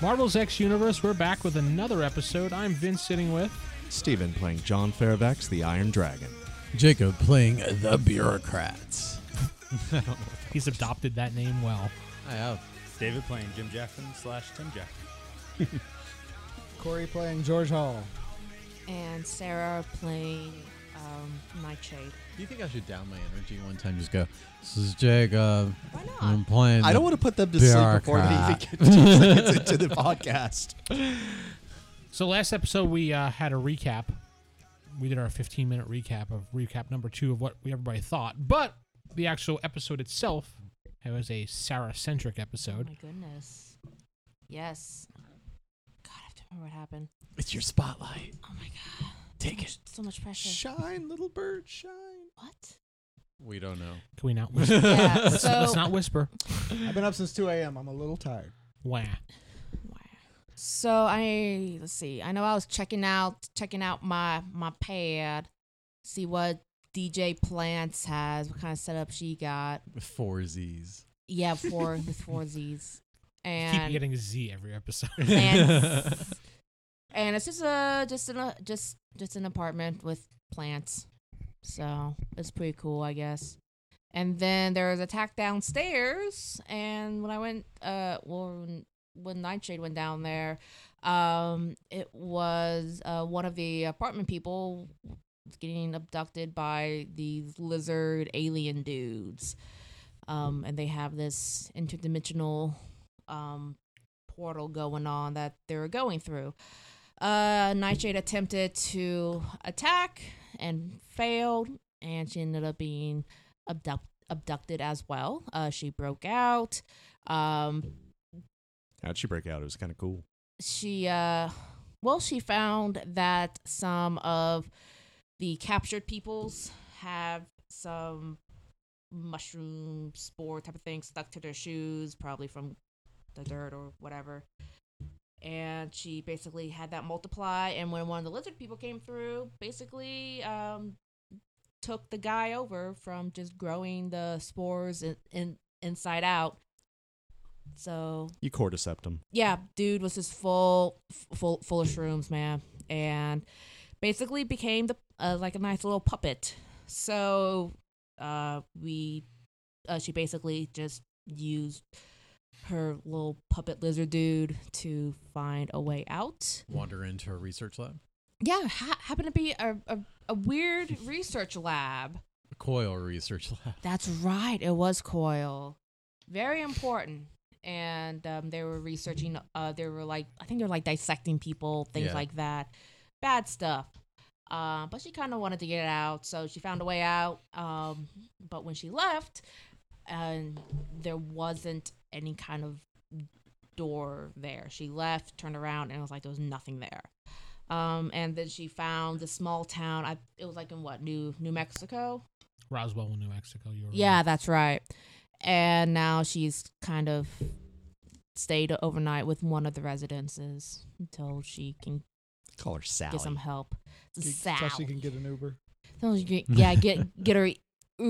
Marvel's X Universe, we're back with another episode. I'm Vince sitting with. Steven playing John Fairfax, the Iron Dragon. Jacob playing the bureaucrats. He's adopted that name well. I have. David playing Jim Jackson slash Tim Jackson. Corey playing George Hall. and Sarah playing um, Nightshade. Do you think I should down my energy one time? Just go. This is Jacob. Why not? I'm playing. I don't want to put them to sleep before they even Bureaucrat. get two seconds into the podcast. So last episode we uh, had a recap. We did our 15 minute recap of recap number two of what we everybody thought, but the actual episode itself it was a Sarah centric Oh episode. my goodness. Yes. God, I have to remember what happened. It's your spotlight. Oh my god. Take it. So much pressure. Shine, little bird, shine. what? We don't know. Can we not? Whisper? Yeah. Let's, let's So not whisper. I've been up since 2 a.m. I'm a little tired. Wah. Wow. So I let's see. I know I was checking out checking out my my pad, see what DJ Plants has, what kind of setup she got. Four Z's. Yeah, four with four Z's. Keep And getting Z every episode. and, and it's just a just an uh, just just an apartment with plants, so it's pretty cool, I guess. And then there was a attack downstairs, and when I went, uh, well, when, when Nightshade went down there, um, it was uh, one of the apartment people getting abducted by these lizard alien dudes, um, and they have this interdimensional um portal going on that they were going through. Uh, Nightshade attempted to attack and failed, and she ended up being abduct- abducted as well. Uh, she broke out. Um, How'd she break out? It was kind of cool. she, uh, well, she found that some of the captured peoples have some mushroom spore type of thing stuck to their shoes, probably from the dirt or whatever. And she basically had that multiply. And when one of the lizard people came through, basically um, took the guy over from just growing the spores in, in, inside out. So You cordycept him. yeah, dude was just full, f- full, full of shrooms, man, and basically became the uh, like a nice little puppet. So, uh, we, uh, she basically just used her little puppet lizard dude to find a way out. Wander into a research lab. Yeah, ha- happened to be a, a a weird research lab. A coil research lab. That's right. It was coil. Very important. And um, they were researching. Uh, they were like, I think they were like dissecting people, things Yeah. like that. Bad stuff. Uh, but she kind of wanted to get out, so she found a way out. Um, but when she left, and there wasn't any kind of door there. She left, turned around, and it was like there was nothing there. Um, and then she found the small town. I, it was like in what New New Mexico. Roswell, New Mexico. You were Yeah, right. that's right. And now she's kind of stayed overnight with one of the residences until she can Call her Sally. get some help. So Sal. she can get an Uber. Until she get- yeah, get get her U-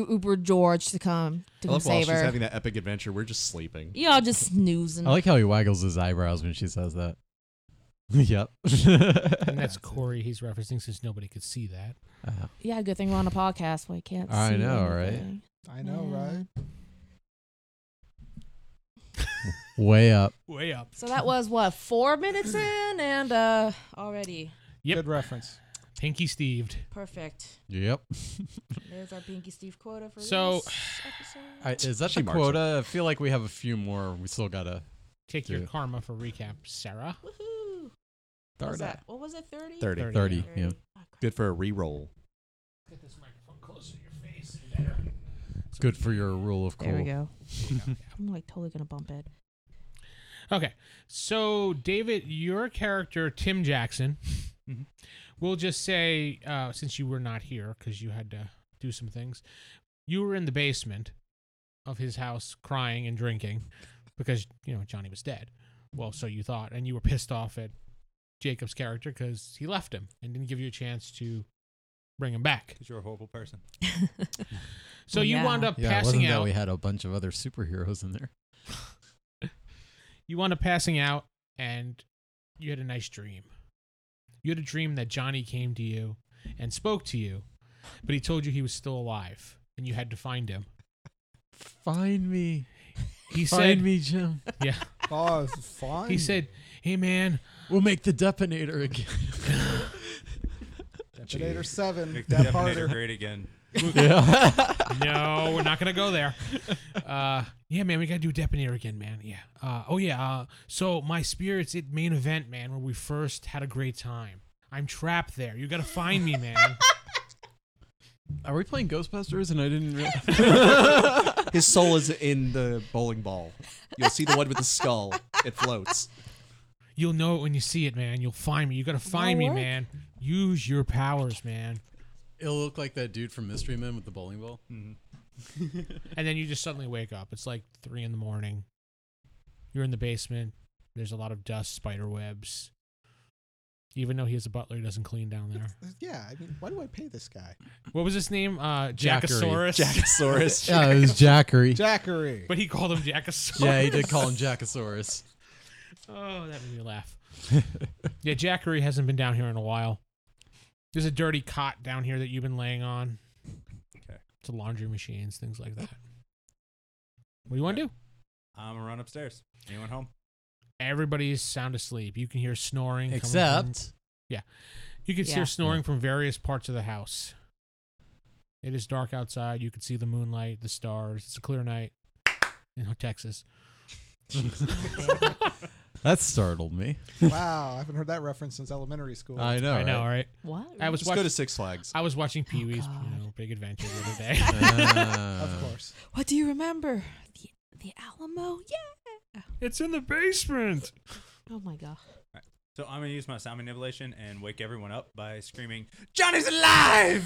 Uber George to come I to come love while save she's her. having that epic adventure. We're just sleeping. you all just snoozing. I like how he waggles his eyebrows when she says that. yep. and And that's Corey he's referencing since nobody could see that. Uh, yeah, good thing we're on a podcast. We can't. I see know, right? anything. I know, Yeah. right? Way up. Way up. So that was what four minutes in, and uh already Yep. Good reference. Pinky Steved. perfect. Yep. There's our Pinky Steve quota for So- this episode. I, is that She the marks it. quota? I feel like we have a few more. We still gotta. Take Yeah. your karma for recap, Sarah. Woohoo! What was that? What was it? Thirty. 30. 30. 30. Yeah. Oh, crap. Good for a re-roll. Get this microphone closer to your face and better. It's good for your rule of cool. There we go. I'm like totally gonna bump it. Okay. So, David, your character, Tim Jackson, Mm-hmm. Mhm. we'll just say, uh, since you were not here because you had to do some things, you were in the basement of his house crying and drinking because, you know, Johnny was dead. Well, so you thought. And you were pissed off at Jacob's character because he left him and didn't give you a chance to bring him back. Because you're a horrible person. So Well, you yeah. wound up Yeah, it passing wasn't out. that we had a bunch of other superheroes in there. you wound up passing out and you had a nice dream. You had a dream that Johnny came to you and spoke to you, but he told you he was still alive and you had to find him. Find me. He Find said, me, Jim. "Yeah." Oh, it's fine. He said, "Hey, man, We'll make the detonator again. Predator 7, Make the that Detonator harder. great again. yeah. no, we're not gonna go there." Uh, yeah, man, we gotta do Debonair again, man. Yeah. Uh, oh yeah. Uh, so my spirits at main event, man, where we first had a great time. I'm trapped there. You gotta find me, man. Are we playing Ghostbusters? And I didn't realize. His soul is in the bowling ball. You'll see the one with the skull. It floats. You'll know it when you see it, man. You'll find me. You gotta find me, work. man. Use your powers, man. It'll look like that dude from Mystery Men with the bowling ball. Mm-hmm. And then you just suddenly wake up. It's like three in the morning. You're in the basement. There's a lot of dust, spider webs. Even though he has a butler, he doesn't clean down there. Yeah, I mean, why do I pay this guy? What was his name? Uh, Jackery. Jackosaurus. Jackosaurus. Yeah, it was Jackery. Jackery. but he called him Jackosaurus. Yeah, he did call him Jackosaurus. Oh, that made me laugh. yeah, Jackery hasn't been down here in a while. There's a dirty cot down here that you've been laying on. Okay. To laundry machines, things like that. What do you want to do? I'm gonna run upstairs. Anyone home? Everybody's sound asleep. You can hear snoring. coming from- Except you can Yeah. hear snoring from various parts of the house. It is dark outside. You can see the moonlight, the stars. It's a clear night in Texas. that startled me. wow, I haven't heard that reference since elementary school. I know. I know, right? all right. What? I was Just go watching. to Six Flags. I was watching Pee Wee's, Oh, God. you know, Big Adventure the other day. Ah. of course. What do you remember? The, the Alamo? Yeah. it's in the basement. Oh my god. So I'm gonna use my sound manipulation and wake everyone up by screaming, "Johnny's alive!"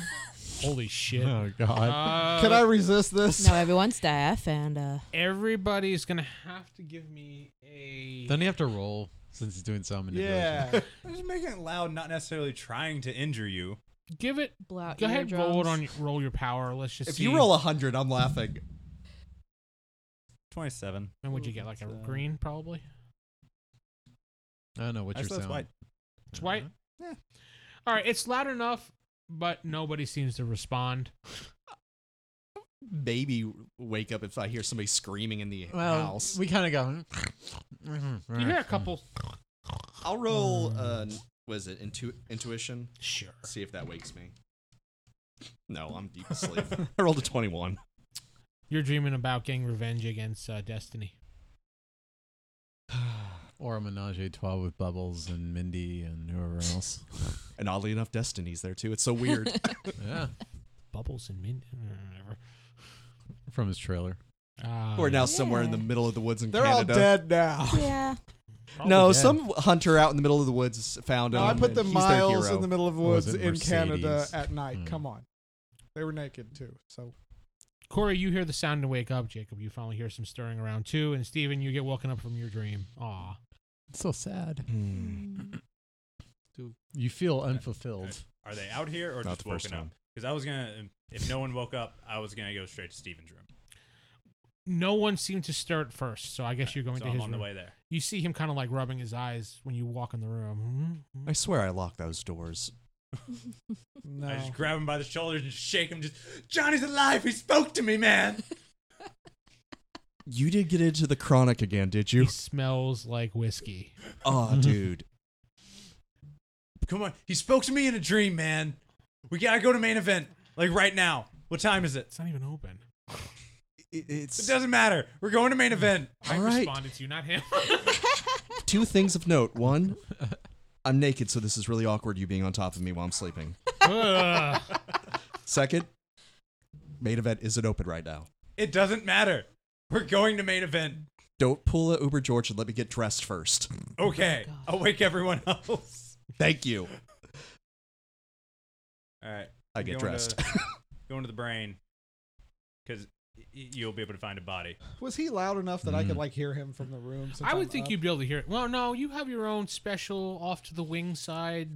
Holy shit. Oh God. Uh, Can I resist this? No, everyone's deaf and uh Everybody's gonna have to give me a. Doesn't he have to roll since he's doing sound manipulation? Yeah. I'm just making it loud, not necessarily trying to injure you. give it. blow out Go ahead, roll it Uh, eardrums. on. your- Roll your power. Let's just. If see. you roll a hundred, I'm laughing. Twenty-seven. and would you get like a Ooh, that's, uh, green probably? I don't know what I your still sound. have white. It's white. Yeah. All right, it's loud enough, but nobody seems to respond. Maybe wake up if I hear somebody screaming in the Well, house. we kind of go. Mm-hmm. You hear a couple. I'll roll. Uh, was it intu- intuition? Sure. See if that wakes me. No, I'm deep asleep. I rolled a twenty-one. You're dreaming about getting revenge against uh, Destiny. Or a menage a trois with Bubbles and Mindy and whoever else. And oddly enough, Destiny's there too. It's so weird. yeah, Bubbles and mint. uh, Whatever. from his trailer. Uh, We're now somewhere in the Yeah. middle of the woods in They're all Canada. dead now. Yeah. probably No, dead. some hunter out in the middle of the woods found him. No, I put and the he's their miles hero. in the middle of was woods it, in Canada Mercedes? at night. Hmm. Come on. They were naked too. So Corey, you hear the sound and wake up. Jacob, you finally hear some stirring around too. And Steven, you get woken up from your dream. Aw. So sad. Hmm. Mm. You feel unfulfilled. Are they out here or Not just the first woken up? time. Because I was gonna, if no one woke up, I was gonna go straight to Steven's room. No one seemed to stir at first, so I guess you're going to so I'm his on room. the way there. You see him kind of like rubbing his eyes when you walk in the room. Mhm, mhm. I swear I locked those doors. no. I just grab him by the shoulders and shake him. Just Johnny's alive. He spoke to me, man. You did get into the chronic again, did He you? smells like whiskey. oh, dude. Come on. He spoke to me in a dream, man. We gotta go to main event like right now. What time is it? It's not even open. It- It It's doesn't matter. We're going to main event. all I right. responded to you, not him. Two things of note. One, I'm naked, so this is really awkward. You being on top of me while I'm sleeping. Ugh. Second, main event isn't open right now. It doesn't matter. We're going to main event. Don't pull a Uber George and let me get dressed first. Okay. God. I'll wake everyone else. Thank you. All right. I get Going dressed. To, going to the brain because you'll be able to find a body. was he loud enough that I could Mm. like hear him from the room? since I I'm would think up? you'd be able to hear it. Well, no, you have your own special off to the wing side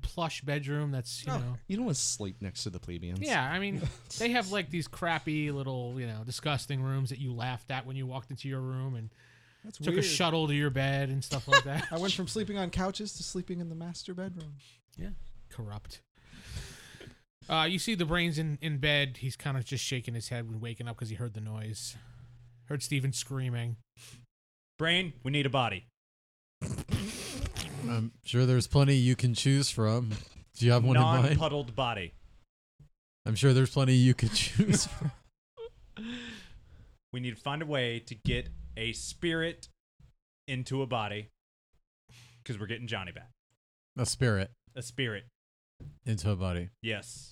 plush bedroom that's, you Oh. know. you don't want to sleep next to the plebeians. Yeah, I mean, they have like these crappy little, you know, disgusting rooms that you laughed at when you walked into your room and That's took a weird. shuttle to your bed and stuff like that. I went from sleeping on couches to sleeping in the master bedroom. corrupt. Uh, you see the brains in, in bed. He's kind of just shaking his head when waking up because he heard the noise. Heard Steven screaming. Brain, we need a body. I'm sure there's plenty you can choose from. Do you have one in Non mind? puddled body. I'm sure there's plenty you could choose from. We need to find a way to get a spirit into a body because we're getting Johnny back. A spirit A spirit. into a body. Yes.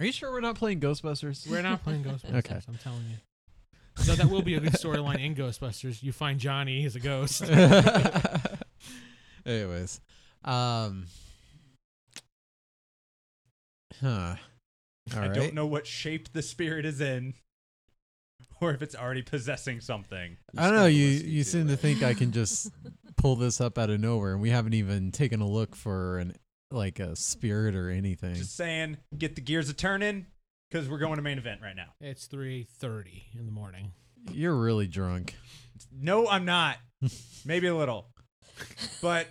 Are you sure we're not playing Ghostbusters? We're not playing Ghostbusters. Okay. I'm telling you. So that will be a good storyline in Ghostbusters. You find Johnny, he's a ghost. Anyways, um, huh. All I right. don't know what shape the spirit is in or if it's already possessing something. I don't know. You you seem to think I can just pull this up out of nowhere, and we haven't even taken a look for an like a spirit or anything. Just saying, get the gears a turning because we're going to main event right now. it's 3.30 in the morning. You're really drunk. No, I'm not. Maybe a little, but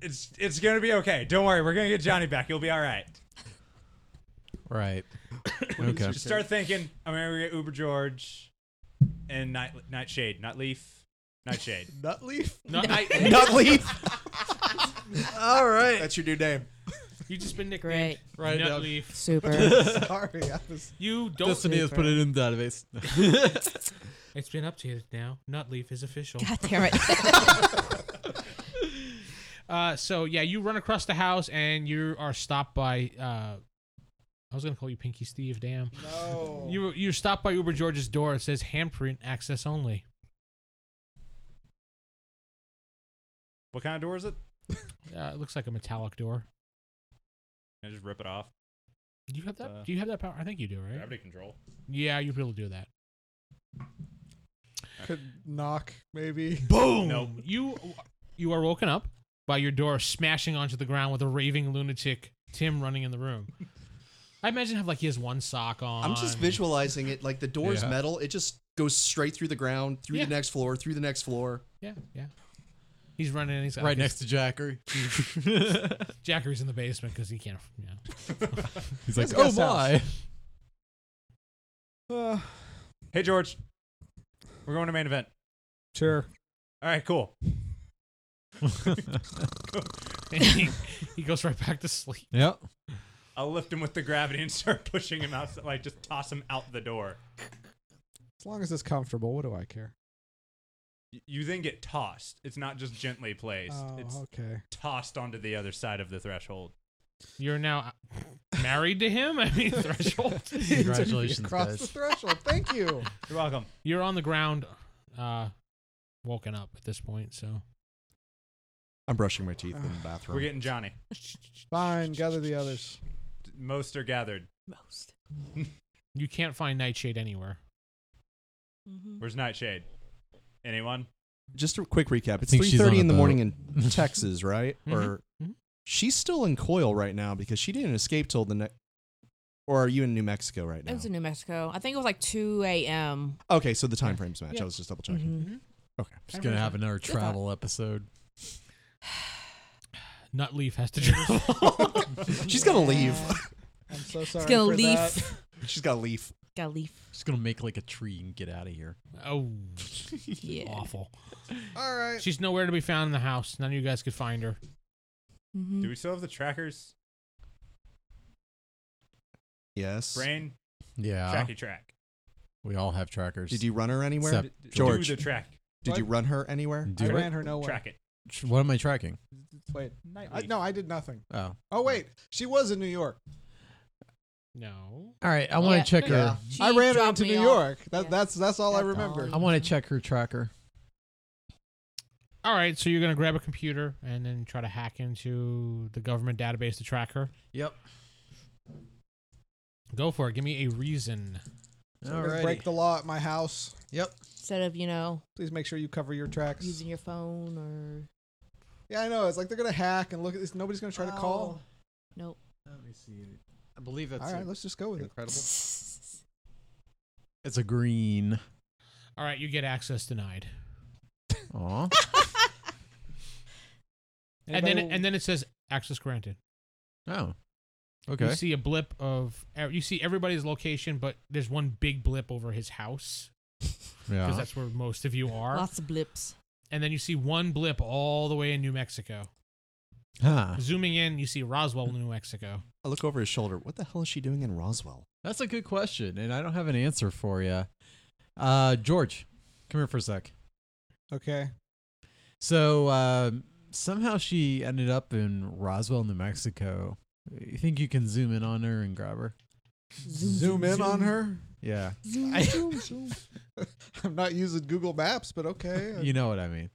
it's it's gonna be okay. Don't worry, we're gonna get Johnny back. You'll be all right. Right. okay. Just start thinking. I'm gonna get Uber George and Night Nightshade, Nightleaf, Nightshade. Nutleaf? No, Not leave. All right. That's your new name. you just been nicknamed Great. right, Doug. Nutleaf. Super. Sorry, I was. You don't. Destiny has put it in the database. It's been updated now. Nutleaf is official. God damn it. Uh, so yeah, you run across the house and you are stopped by. Uh, I was gonna call you Pinky Steve. Damn. No. You you're stopped by Uber George's door. It says handprint access only. What kind of door is it? Uh, it looks like a metallic door. Can I just rip it off. Do you have that? Uh, do you have that power? I think you do, right? Gravity control. Yeah, you're able to do that. could knock, maybe. Boom. Nope. You you are woken up by your door smashing onto the ground with a raving lunatic Tim running in the room. I imagine have like he has one sock on. I'm just visualizing it. Like the door's Yeah. metal. It just goes straight through the ground, through Yeah. the next floor, through the next floor. Yeah, yeah. He's running. And he's right okay, next to Jackery. Jackery's in the basement because he can't. Yeah. He's like, His oh guest house." my. Uh, Hey George, we're going to main event. sure. All right, cool. And he, he goes right back to sleep. Yep. I'll lift him with the gravity and start pushing him out, like just toss him out the door. As long as it's comfortable, what do I care? Y- You then get tossed. It's not just gently placed. Oh, it's okay. tossed onto the other side of the threshold. You're now married to him. I mean, threshold. Congratulations, Cross guys. the threshold. Thank you. You're welcome. You're on the ground, uh, woken up at this point. So I'm brushing my teeth in the bathroom. We're getting Johnny. Fine. Gather the others. Most are gathered. Most. you can't find Nightshade anywhere. Mhm. Where's Nightshade? Anyone? just a quick recap. It's think she's 3:30 in on a the Mm-hmm. boat. morning in Texas, right? Mhm. Or Mhm. she's still in Coil right now because she didn't escape till the next. Or are you in New Mexico right It now? was in New Mexico. I think it was like 2 a.m. okay, so the time frames match. Yeah. I was just double checking. Mhm. Mm-hmm. Just gonna have another thought. travel episode. Nutleaf has to travel. She's gotta leave. Yeah. I'm so sorry. It's gonna for that. leaf. She's got a leaf. Gotta leaf. Just gonna make like a tree and get out of here. oh, Yeah. awful. All right. She's nowhere to be found in the house. None of you guys could find her. Mhm. Mm-hmm. Do we still have the trackers? Yes. Brain, Yeah. tracky track. We all have trackers. Did you run her anywhere? Except Did- D- George. Do the track. Did you run her anywhere? Do I it? ran her nowhere. Track it. Tr- What am I tracking? Wait. I, no, I did nothing. Oh. Oh wait, she was in New York. No. All right. I want to Yeah. check her. She I ran her dropped into me New off. York. That, Yeah. That's that's all I That's remember. all. I want to check her tracker. All right, so you're gonna grab a computer and then try to hack into the government database to track her. Yep. Go for it. Give me a reason. I'm All gonna right. break the law at my house. Instead of, you know, Please make sure you cover your tracks. using your phone or. Yeah, I know. It's like they're gonna hack and look at this. Nobody's gonna try to call. Oh. Nope. Let me see. I believe Oh. that's All right, let's just go with it. incredible. It's a green. All right, you get access denied. Aw. and then it, and then it says access granted. Oh. Okay. You see a blip of er, you see everybody's location, but there's one big blip over his house because Yeah. that's where most of you are. Lots of blips. And then you see one blip all the way in New Mexico. Huh. Zooming in, you see Roswell, New Mexico. I look over his shoulder. What the hell is she doing in Roswell? That's a good question, and I don't have an answer for you. Uh, George, come here for a sec. Okay. So um, somehow she ended up in Roswell, New Mexico. You think you can zoom in on her and grab her? Zoom in on her. Yeah, I- I'm not using Google Maps, but okay. you know what I mean.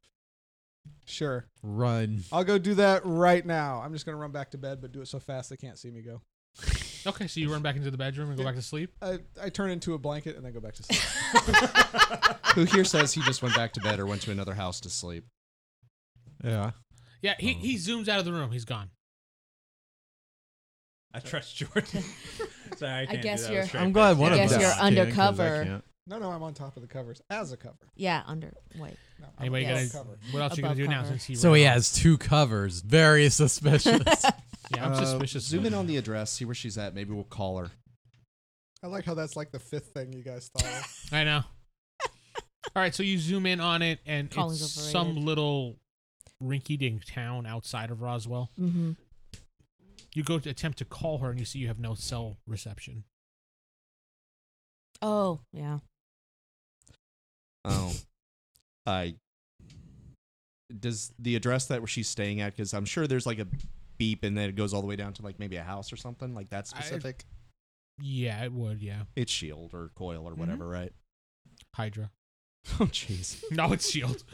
sure. Run. I'll go do that right now. I'm just gonna run back to bed, but do it so fast they can't see me go. Okay, so you run back into the bedroom and go back to sleep. I, I turn into a blanket and then go back to sleep. Who here says he just went back to bed or went to another house to sleep? Yeah. Yeah, he, he zooms out of the room. He's gone. I trust Jordan. Sorry, I, can't guess do that. you're- That's right. I'm glad one I of guess us. you're can, 'cause I undercover. can't. no, no, I'm on top of the covers as a cover. Yeah, under. Wait. No, I'm Anybody above Yes. got cover. what else you gonna Above do now cover. since he? So ran he out? has two covers. Very suspicious. Yeah, I'm Uh, suspicious. Zoom of in him. on the address, see where she's at. Maybe we'll call her. I like how that's like the fifth thing you guys thought. of. I know. All right, so you zoom in on it, and Calling's it's overrated. some little rinky-dink town outside of Roswell. Mm-hmm. You go to attempt to call her, and you see you have no cell reception. Oh, yeah. Oh, I does the address that where she's staying at? Because I'm sure there's like a beep, and then it goes all the way down to like maybe a house or something like that I- specific. Yeah, it would. Yeah, it's Shield or Coil or whatever, right? Hydra. Oh, jeez. No, it's Shield.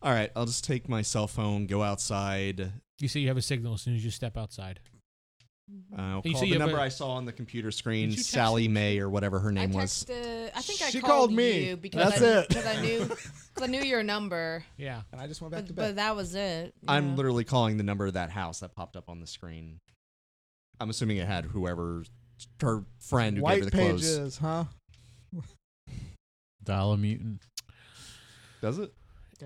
All right, I'll just take my cell phone, go outside. You see, you have a signal as soon as you step outside. I'll You uh, call see the you have number a- I saw on the computer screen, Did you text Sally May or whatever her name I was. texted. I think I She called, called me. you because That's I, it. Because I knew, cause I knew your number, Yeah. And I just went back to but, bed. but that was it. I'm yeah. literally calling the number of that house that popped up on the screen. I'm assuming it had whoever her friend who gave her White the pages, clothes. huh? Dial a mutant. Does it?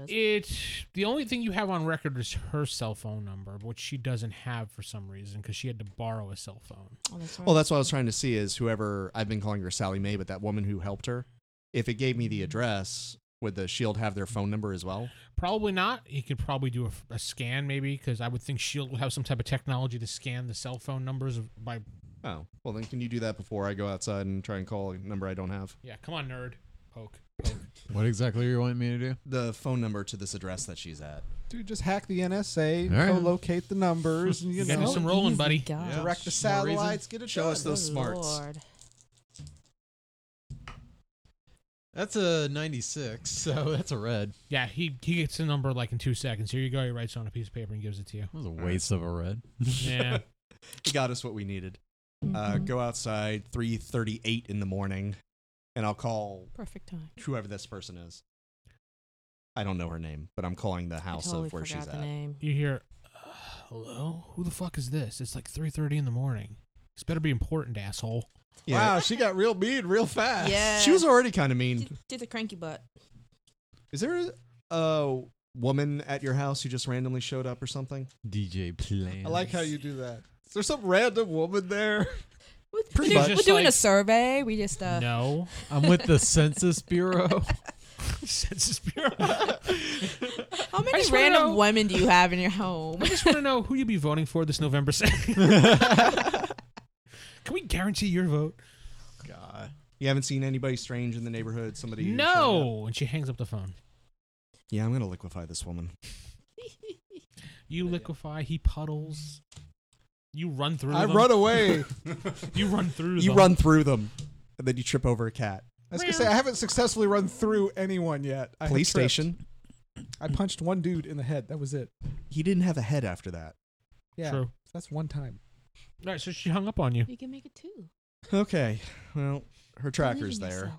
It. The only thing you have on record is her cell phone number, which she doesn't have for some reason because she had to borrow a cell phone. Oh, that's right. Well, that's what I was trying to see is whoever I've been calling her Sally Mae, but that woman who helped her, if it gave me the address, would the shield have their phone number as well? Probably not. He could probably do a, a scan, maybe, because I would think Shield would have some type of technology to scan the cell phone numbers of- by. Oh, well then can you do that before I go outside and try and call a number I don't have? Yeah, come on, nerd. Poke. Poke. What exactly are you wanting me to do? The phone number to this address that she's at. Dude, just hack the NSA, All right. co-locate the numbers, and you gotta do know, some rolling, buddy. direct the Small reason. satellites. Get it Show done. us those smarts. Lord. That's a 96, so that's a red. Yeah, he he gets the number like in two seconds. Here you go. He writes it on a piece of paper and gives it to you. That was a waste of a red. Yeah. It got us what we needed. Mm-hmm. Uh, go outside 3:38 in the morning, and I'll call Perfect time. whoever this person is. I don't know her name, but I'm calling the I house totally of where forgot she's the at. name. you hear, uh, hello? Who the fuck is this? It's like 3.30 in the morning. This better be important, asshole. Yeah. Wow, she got real mean real fast. Yeah. She was already kind of mean. Did, did the cranky butt. Is there a, a woman at your house who just randomly showed up or something? DJ Plan. I like how you do that. Is there some random woman there? We're, Pretty we're much. doing- we're Just doing a like- survey. We just uh, No. I'm with the Census Bureau. Census Bureau. I How many just wanna random know- women do you have in your home? just want to know who you be voting for this November 2nd. Can we guarantee your vote? God. You haven't seen anybody strange in the neighborhood? Somebody? who showed up? No. And she hangs up the phone. Yeah, I'm gonna liquefy this woman. You liquefy. He puddles. You run through. I them. run away. You run through. You them. run through them, and then you trip over a cat. I was gonna say I haven't successfully run through anyone yet. I have Police tripped. station. I punched one dude in the head. That was it. He didn't have a head after that. Yeah, True. that's one time. All right. So she hung up on you. You can make it two. Okay. Well, her tracker's there.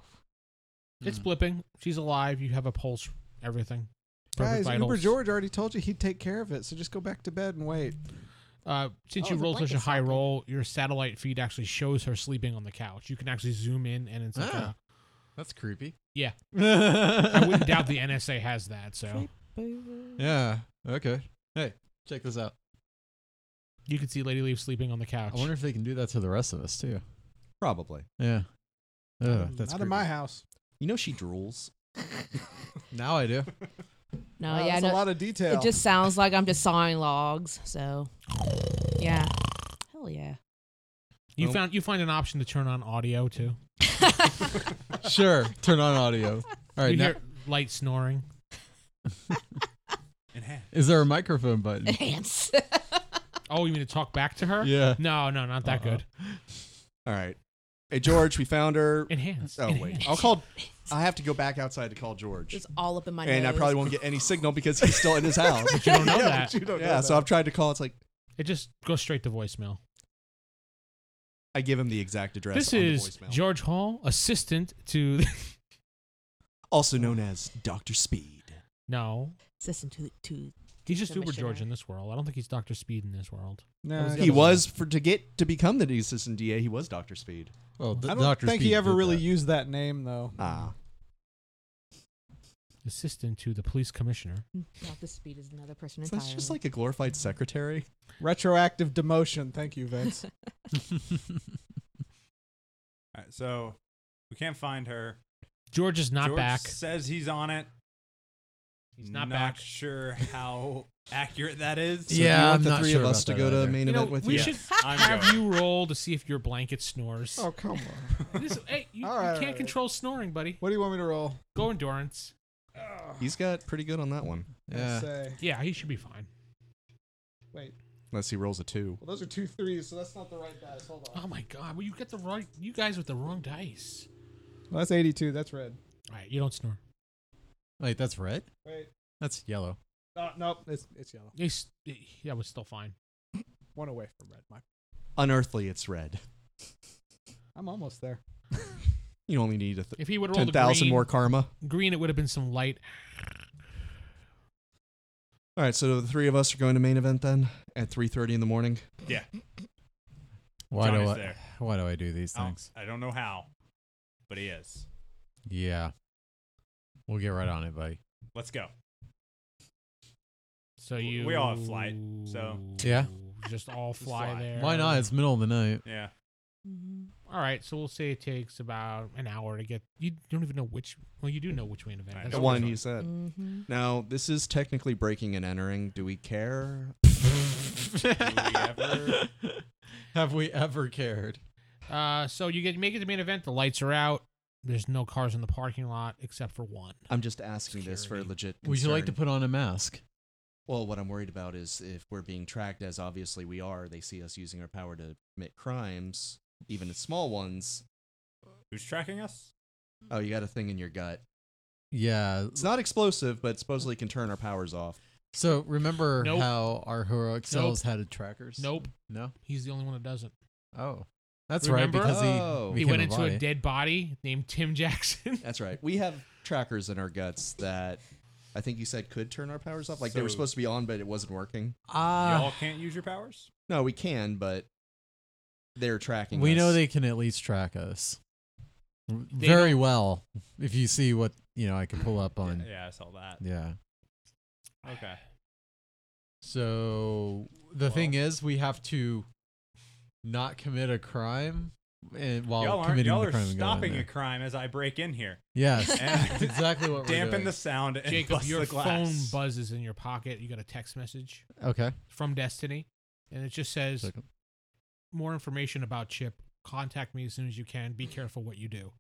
Hmm. It's blipping. She's alive. You have a pulse. Everything. Perfect Guys, Uber vitals. George already told you he'd take care of it, so just go back to bed and wait. Uh, since Oh, you the rolled such a blanket's high not big. roll, your satellite feed actually shows her sleeping on the couch. You can actually zoom in, and it's like Ah. a, That's creepy. Yeah, I I wouldn't doubt the NSA has that. So Yeah. Okay. Hey, check this out. you can see Lady Leaf sleeping on the couch. I wonder if they can do that to the rest of us too. Probably. Yeah. Uh, Ugh, Mm, Not that's in my creepy. house. You know she drools. Now I do. No, Wow, Oh, yeah, that's no, a lot of detail. it just sounds like I'm just sawing logs. So, yeah, hell yeah. you Nope. found you find an option to turn on audio too. Sure. Turn on audio. All right. you Now, hear light snoring. Enhance. is there a microphone button? Enhance. Oh, you mean to talk back to her? yeah. No, no, not that Uh-uh. good. All right. Hey George, we found her. Enhance. Oh wait, enhance. I'll call. I have to go back outside to call George, It's all up in my and I nose. probably won't get any signal because he's still in his house. But you don't know Oh, Yeah, that. You don't know Yeah, so that. I've tried to call. It's like It just goes straight to voicemail. I give him the exact address. This on is the voicemail. George Hall, assistant to. also known as Doctor Speed. no, Listen to to he's just The Uber George missionary. in this world. I don't think he's Doctor Speed in this world. No, was I the He don't- was for to get to become the assistant DA. He was Doctor Speed. Well, I the don't Dr. think Speed he ever did really that. used that name though. Ah, Assistant to the police commissioner. not the speed is another so person entirely. that's just like a glorified secretary. Retroactive demotion. Thank you, Vince. All right, so we can't find her. George is not George back. Says he's on it. He's not, back. Sure, how accurate that is. So do you Yeah, want I'm the not three sure of us about to go that to either. main You know, event with we you. should I'm have going. you roll to see if your blanket snores. oh come on. This- hey, you, All you right, all can't right. control snoring, buddy. What do you want me to roll? Go endurance. He's got pretty good on that one. I Yeah. say. Yeah, he should be fine. Wait. Unless he rolls a two. Well, those are two threes, so that's not the right dice. Hold on. Oh my god, well you get the right you guys with the wrong dice. Well, that's 82. That's red. Alright, you don't snore. Wait, that's red? Wait. That's yellow. No, nope. It's it's yellow. He's, he- that was still fine. One away from red. My, Unearthly, it's red. I'm almost there. You only need a th- If he would have ten rolled a thousand green, more karma. green it would have been some light All right, so the three of us are going to main event then at three thirty in the morning. Why Johnny's do I? there. Why do I do these Oh. How- things? I don't know how, but he is. Yeah. We'll get right on it, buddy. Let's go. so W- you we all have flight, so- Yeah. Just all Just fly, fly. there. Why not? It's middle of the night. Yeah. Mhm. Alright, so we'll say it takes about an hour to get you don't even know which well you do know which main event. I That's know The what one we're- you said. Mhm. Now this is technically breaking and entering. Do we care? ever- Have we ever cared? Uh so you get you make it to main event, the lights are out. There's no cars in the parking lot except for one. I'm just asking this for Security. legit. Would you like to concern. put on a mask? Well, what I'm worried about is if we're being tracked, as obviously we are. They see us using our power to commit crimes, even small ones. Who's tracking us? Oh, you got a thing in your gut. Yeah. It's not explosive, but supposedly can turn our powers off. So remember Nope. how our heroic selves had trackers? Nope. No. He's the only one that doesn't. Oh, that's Remember? right. Because Oh. he He became went into body. a dead body named Tim Jackson. That's right. We have trackers in our guts that I think you said could turn our powers off. Like they were So- supposed to be on, but it wasn't working. Ah, Y'all can't use your powers? No, we can, but they're tracking. we us. know they can at least track us They very well. If you see what you know, I can pull up on. Yeah, Yeah. yeah, I saw that. Okay. So the thing is, we have to not commit a crime and while y'all aren't, committing y'all the are crime. and going in stopping there. a crime as I break in here. Yes, And that's exactly what we're dampen doing. the sound and Jacob, bust your the phone glass. buzzes in your pocket. You got a text message Okay. from Destiny, and it just says Second. more information about Chip. Contact me as soon as you can. Be careful what you do.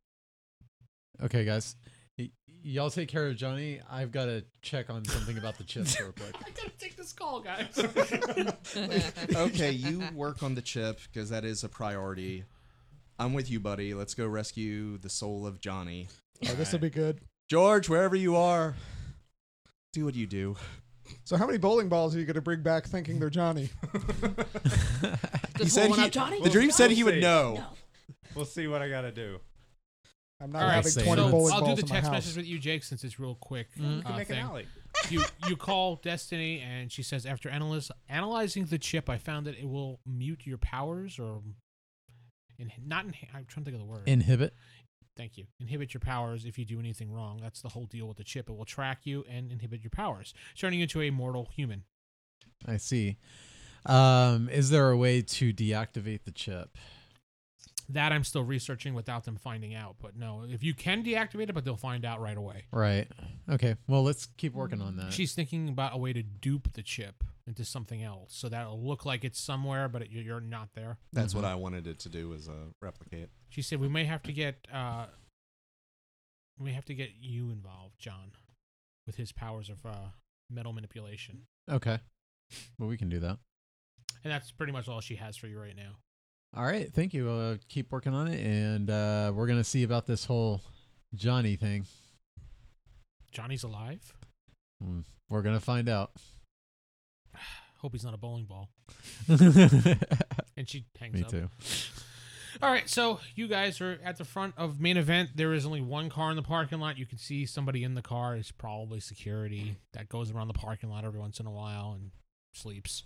Okay, guys. Y- y'all take care of Johnny. I've got to check on something about the chips real quick. gotta take this call, guys. Mm-hmm. okay, you work on the chip because that is a priority. I'm with you, buddy. Let's go rescue the soul of Johnny. Oh, this will be good. George, wherever you are, do what you do. So, how many bowling balls are you going to bring back thinking they're Johnny? Just said rolling he- up, Johnny. The dream said he would see. know. No. We'll see what I gotta do. I'm not All having right, say 20 so that. bowling I'll do balls the in my text house. message with you, Jake, since it's real quick. Mhm. We We Mm-hmm. can uh, make thing. an alley. you you call Destiny, and she says after analyze, analyzing the chip, I found that it will mute your powers or. In, not in, I'm trying to think of the word. Inhibit. Thank you. Inhibit your powers if you do anything wrong. That's the whole deal with the chip. It will track you and inhibit your powers, turning you into a mortal human. I see. Um, is there a way to deactivate the chip? That I'm still researching without them finding out. But no, if you can deactivate it, but they'll find out right away. Right. Okay. Well, let's keep working on that. She's thinking about a way to dupe the chip into something else, so that'll look like it's somewhere, but it, you're you're not there. That's what Mhm. I wanted it to do is uh, replicate. She said we may have to get uh, we have to get you involved, John, with his powers of uh, metal manipulation, Okay. Well, we can do that. and that's pretty much all she has for you right now. All right. Thank you. Uh, keep working on it, and uh, we're gonna see about this whole Johnny thing. Johnny's alive. Mm, We're gonna find out. Hope he's not a bowling ball. Me And she hangs up. too. All right, so you guys are at the front of main event. There is only one car in the parking lot. You can see somebody in the car. It's probably security that goes around the parking lot every once in a while and sleeps.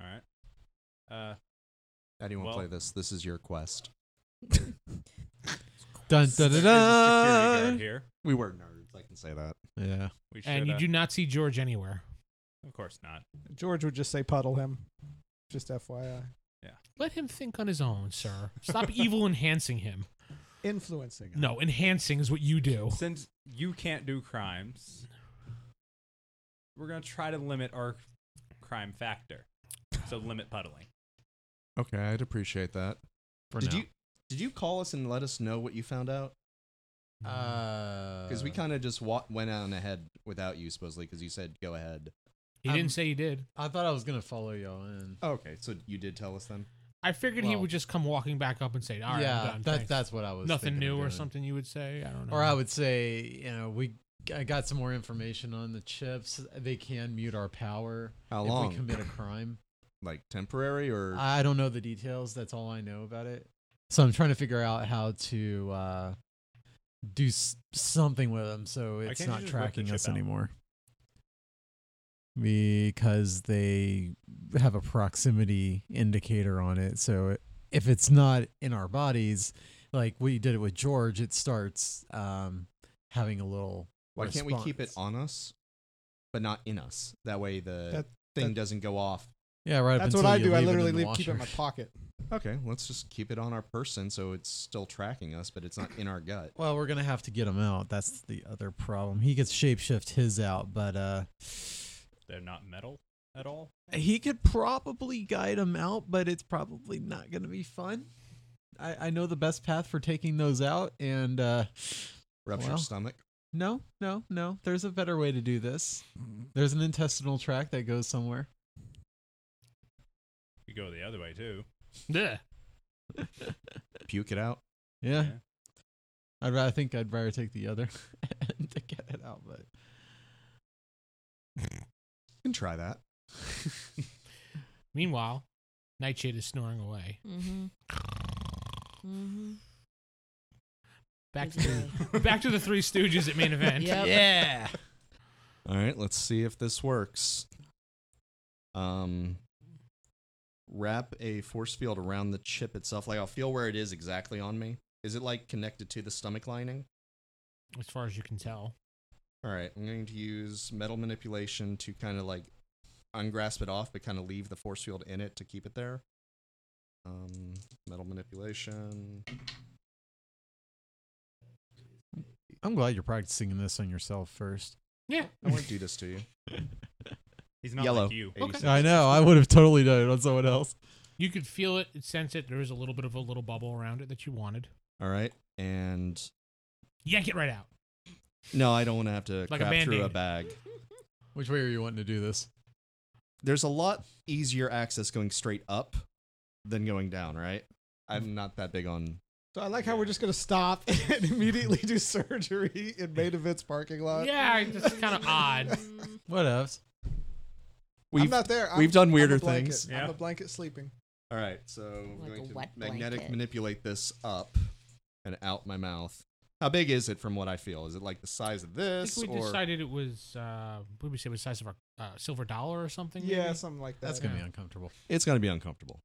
All right. Uh, Anyone Well- play this? This is your quest. Dun dun dun. There's a security guard dun. here. We were nerds. I can say that. Yeah. We should, And you uh, do not see George anywhere. Of course not. George would just say puddle him. Just FYI. Let him think on his own, sir. Stop evil enhancing him. Influencing. him. No, enhancing is what you do. Since you can't do crimes, we're gonna try to limit our crime factor. So limit puddling. Okay, I'd appreciate that. For did now. you did you call us and let us know what you found out? Mm-hmm. Uh, Because we kind of just wa- went on ahead without you supposedly because you said go ahead. he um, didn't say he did. I thought I was gonna follow y'all in. Oh, Okay, so you did tell us then. I figured he well- would just come walking back up and say, "All right, I'm yeah. done, That, thanks." that's what I was. nothing thinking of new or doing. something." You would say, I don't know. Or I would say, you know, we I got some more information on the chips. They can mute our power How if long? we commit a crime. like temporary or I don't know the details. That's all I know about it. So I'm trying to figure out how to uh, do s- something with them so it's can't you not just rip the tracking chip us out? anymore. Because they have a proximity indicator on it. So it, if it's not in our bodies, like we did it with George, it starts um, having a little why can't we keep it response. on us, but not in us? That way the That- thing that- doesn't go off. Yeah, right. up That's what until I you do. leave it I in literally the leave, keep it in my washer. pocket. Okay, let's just keep it on our person so it's still tracking us, but it's not in our gut. Well, we're gonna have to get him out. That's the other problem. He could shapeshift his out, but uh, They're not metal at all. he could probably guide him out, but it's probably not gonna be fun. I, I know the best path for taking those out, and uh, Rupture Well. stomach. no, no, no. There's a better way to do this. There's an intestinal tract that goes somewhere. You go the other way too. Yeah. Puke it out. Yeah, Yeah. I'd rather, I think I'd rather take the other end to get it out, but You can try that. Meanwhile, Nightshade is snoring away. Mm-hmm. Mm-hmm. Back to the back to the Three Stooges at main event. Yep. Yeah. All right, let's see if this works. Um, wrap a force field around the chip itself. Like I'll feel where it is exactly on me. Is it like connected to the stomach lining? As far as you can tell. All right, I'm going to use metal manipulation to kind of like ungrasp it off, but kind of leave the force field in it to keep it there. Um, metal manipulation. I'm glad you're practicing this on yourself first. Yeah. I won't do this to you. He's not Yellow. like you. 86. I know. I would have totally done it on someone else. You could feel it, sense it. There is a little bit of a little bubble around it that you wanted. All right, and Yank it right out. no, I don't want to have to Like a crap through a Band-Aid. bag. Which way are you wanting to do this? there's a lot easier access going straight up than going down, right? I'm not that big on. So I like how we're just gonna stop and immediately do surgery in main event's parking lot. yeah, ah, it's kind of odd. Mm-hmm. What else? I'm We've not there. I'm- we've done I'm a weirder blanket. things. Yeah. I'm a blanket sleeping. all right, so I'm Like a going to wet magnetic blanket. manipulate this up and out my mouth. How big is it from what I feel? Is it like the size of I this, think we or decided it was. Uh, what did we say? It was the size of a uh, silver dollar or something? Yeah, maybe? something like that. That's gonna be uncomfortable. it's going to be uncomfortable?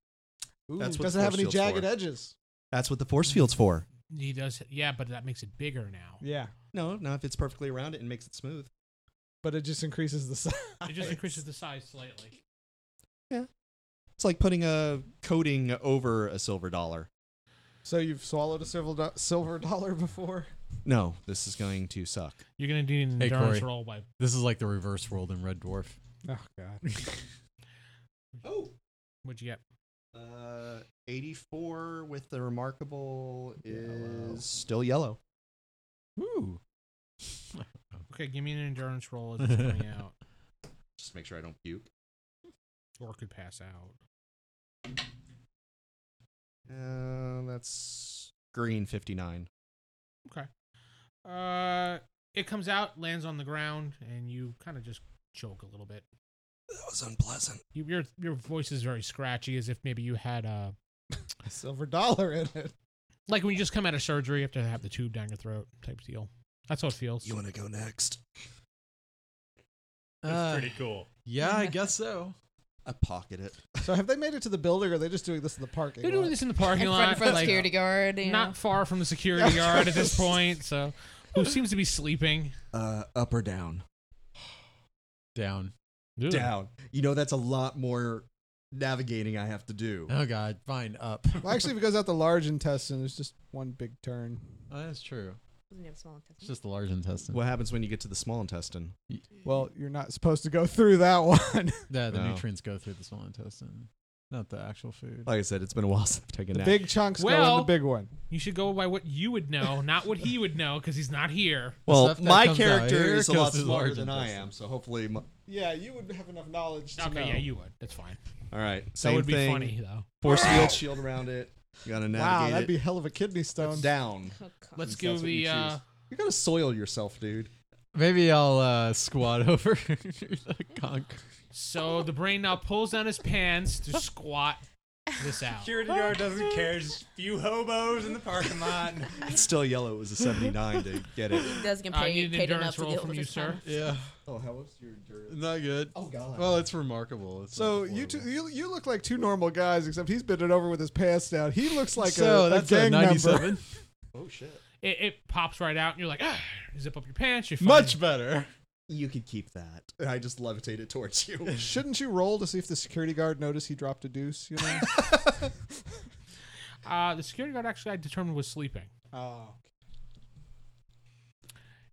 Ooh, That's what doesn't have force any field's jagged for. edges. That's what the force field's for. He does, yeah, but that makes it bigger now. Yeah, No, no, if it's perfectly around it and makes it smooth. but it just increases the size. It just increases the size slightly. It's like putting a coating over a silver dollar. So you've swallowed a silver do- silver dollar before? No, this is going to suck. You're gonna need an Hey, endurance Corey. roll by. This is like the reverse world in Red Dwarf. Oh God. Oh, What'd you get? uh, 84 with the remarkable is still yellow. Ooh. Okay, give me an endurance roll as it's coming out, Just make sure I don't puke. or could pass out. Uh, that's green 59. Uh, it comes out, lands on the ground, and you kind of just choke a little bit. That was unpleasant. You, your your voice is very scratchy, as if maybe you had uh A silver dollar in it. like when you just come out of surgery, you have to have the tube down your throat type deal. That's how it feels. want to go next? Uh, pretty cool. yeah, I guess so. I pocket it. So have they made it to the building, or are they just doing this in the parking? They're doing lot? this in the parking in front lot, of a like, uh, security guard. You know. not far from the security guard at this point. So, who seems to be sleeping? Uh, up or down? Down. Ooh. Down. You know, that's a lot more navigating I have to do. Oh God, fine. Up. Well, actually, if it goes out the large intestine, there's just one big turn. Uh, Oh, that's true. Doesn't he have small It's intestine? just the large intestine. What happens when you get to the small intestine? Well, you're not supposed to go through that one. Yeah, the No. nutrients go through the small intestine, not the actual food. Like I said, it's been a while since I've taken a the nap. big chunks go in Well- the big one. You should go by what you would know, not what he would know, because he's not here. Well, stuff that my comes out character here is a goes lot through the smarter large than I intestine. am, so hopefully. My, Yeah, you would have enough knowledge. To Okay, know. yeah, you would. That's fine. all right, that same would be thing. funny though. Force field, shield around it. You gotta Wow, navigate that'd it. be hell of a kidney stone. down. Oh, God. Let's Since that's go what you the. Uh, choose. You gotta soil yourself, dude. Maybe I'll uh, squat over the conch. so the brain now pulls down his pants to squat this out. Security guard doesn't care. Just few hobos in the parking lot. It's still yellow. It was a 79 to get it. He doesn't get I paid, Uh, need an paid enough endurance to roll deal from with you, this sir. kind of- Yeah, Oh, how was your endurance? not good. Oh god. Well, it's remarkable. It's So you two, you you look like two normal guys, except he's bending over with his pants down. He looks like so a, that's a gang member. ninety-seven. oh shit. It, it pops right out, and you're like, ah, zip up your pants. You're fine. Much better. You could keep that. And I just levitated towards you. Shouldn't you roll to see if the security guard noticed he dropped a deuce? You know? Uh, the security guard actually I determined was sleeping. oh, All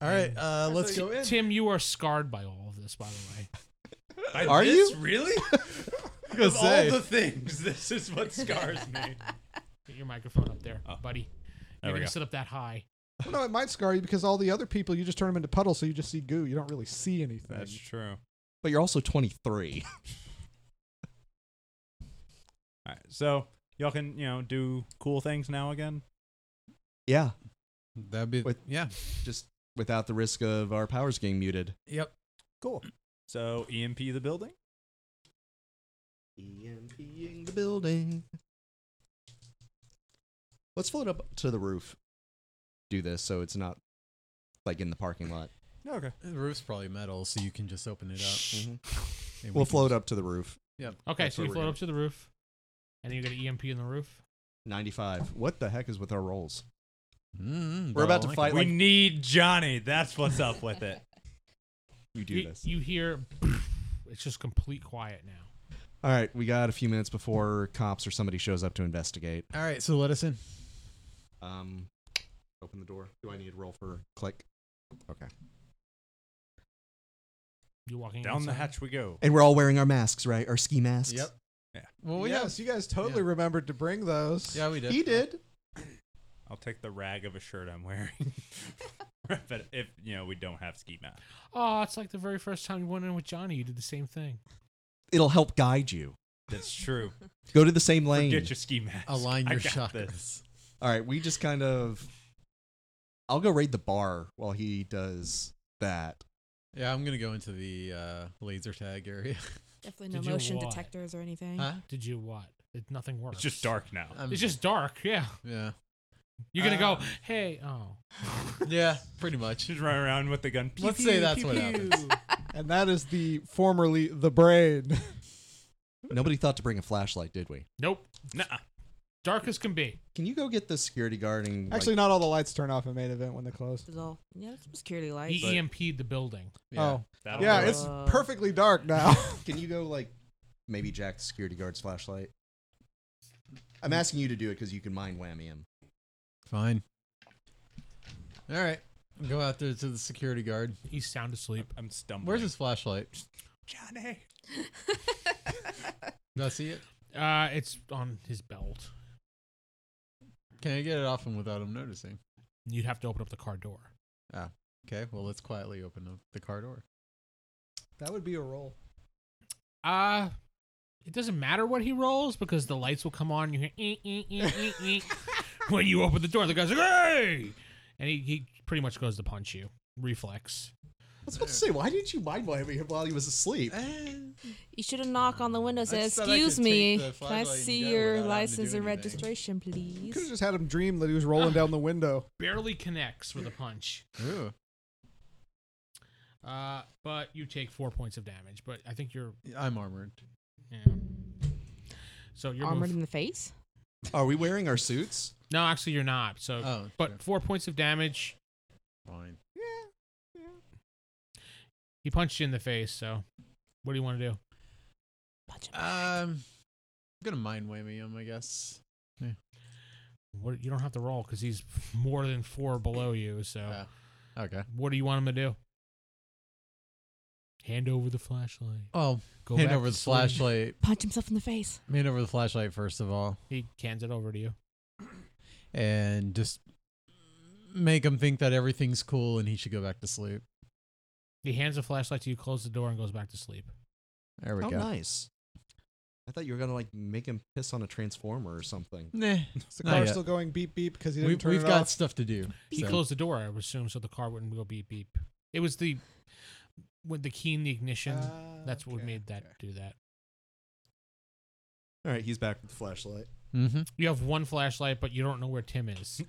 right, uh, let's thought go in. Tim, you are scarred by all of this, by the way. By Are this, you? really? I was gonna Of say. all the things, this is what scars me. Get your microphone up there, buddy. You're we gonna go. sit up that high. Well, no, it might scar you because all the other people you just turn them into puddles, so you just see goo. You don't really see anything. true. But you're also 23. All right, so y'all can you know do cool things now again. yeah, That'd be With- yeah. just without the risk of our powers getting muted. Yep. cool. So EMP the building. EMP in the building. Let's float up to the roof. Do this so it's not like in the parking lot. Okay. The roof's probably metal, so you can just open it up. Mm-hmm. and We'll we can- float up to the roof. Yep. Okay, That's so where you we're float up to the roof, and then you get an EMP in the roof. 95. What the heck is with our rolls? Mm, We're about I to like fight it. we like need Johnny. That's what's up with it. you do you, this. you hear it's just complete quiet now. All right, we got a few minutes before cops or somebody shows up to investigate. All right, so let us in. Um, open the door. Do I need to roll for click? Okay. You walking Down the outside? hatch we go. And we're all wearing our masks, right? Our ski masks. Well, we yes, you guys totally yeah. remembered to bring those. have. Yeah, we did. He did. I'll take the rag of a shirt I'm wearing. but if you know we don't have ski masks. Oh, it's like the very first time you went in with Johnny. You did the same thing. It'll help guide you. That's true. Go to the same lane. Get your ski mask. Align your I got chakras. this. All right, we just kind of. I'll go raid the bar while he does that. Yeah, I'm gonna go into the uh, laser tag area. Definitely Did no you motion what? detectors or anything. huh? Did you what? It, nothing works. It's just dark now. I'm- It's just dark. Yeah, yeah, you're gonna go. Um, Hey, oh, yeah, pretty much. Just run around with the gun. Pew, Let's say pew, that's pew, what pew. happens. And that is the formerly the brain. Nobody thought to bring a flashlight, did we? Nope. Nah. Dark as can be. Can you go get the security guard and like- Actually, not all the lights turn off in main event when they close. There's all yeah, there's some security lights. He EMP'd the building. Oh, That'll yeah, do it. it's Uh, perfectly dark now. Can you go like maybe jack the security guard's flashlight? I'm asking you to do it because you can mind whammy him. Fine. All right. Go out there to the security guard. He's sound asleep. I'm stumbling. Where's his flashlight? Johnny? Do I see it? Uh, it's on his belt. Can I get it off him without him noticing? You'd have to open up the car door. Okay, well, let's quietly open up the car door. that would be a roll. Uh it doesn't matter what he rolls because the lights will come on. And you hear "Eh, eh, eh, eh, eh," when you open the door. The guy's like, "Hey!" and he, he pretty much goes to punch you. Reflex. I was about to say, why didn't you mind whammy him while he was asleep? You should have knocked on the window and I said, just thought I Excuse could me, take the can I flashlight and see go your without having to license do and anything." registration, You could have please? just had him dream that he was rolling down the window. Barely connects with a punch. Ooh. Uh, but you take four points of damage. But I think you're. I'm armored. Yeah. So you're Armored move- in the face? Are we wearing our suits? No, actually, you're not. So, Oh, Uh, but okay, four points of damage. fine. He punched you in the face. So, what do you want to do? Punch him. Um, I'm gonna mind whammy him, I guess. What, you don't have to roll because he's more than four below you. So, Yeah. Okay. What do you want him to do? Hand over the flashlight. Oh, Go hand back over to the sleep. flashlight. Punch himself in the face. Hand over the flashlight first of all, He hands it over to you. and just make him think that everything's cool and he should go back to sleep. He hands the flashlight to you, closes the door, and goes back to sleep. There we How go. nice. I thought you were gonna like make him piss on a transformer or something. Nah, Is the Not car yet. still going beep beep because he didn't we've, turn we've it got off? stuff to do. He so- closed the door, I would assume, so the car wouldn't go beep beep. It was the with the key in the ignition. Ah, that's what okay, made that okay. do that. All right, he's back with the flashlight. Mhm. You have one flashlight, but you don't know where Tim is.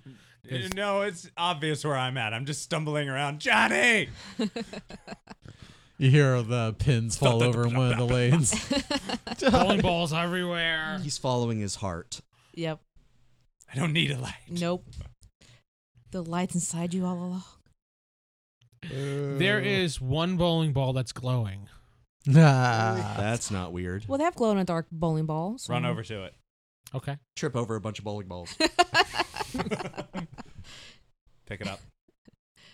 Uh, No, it's obvious where I'm at. I'm just stumbling around. Johnny! You hear the pins fall over in one of the lanes. Bowling balls everywhere. He's following his heart. Yep. I don't need a light. Nope. The light's inside you all along. There Boo. is one bowling ball that's glowing. Nah. That's not weird. Well, they have glow in the dark bowling balls. Run over to it. Okay. Trip over a bunch of bowling balls. Pick it up.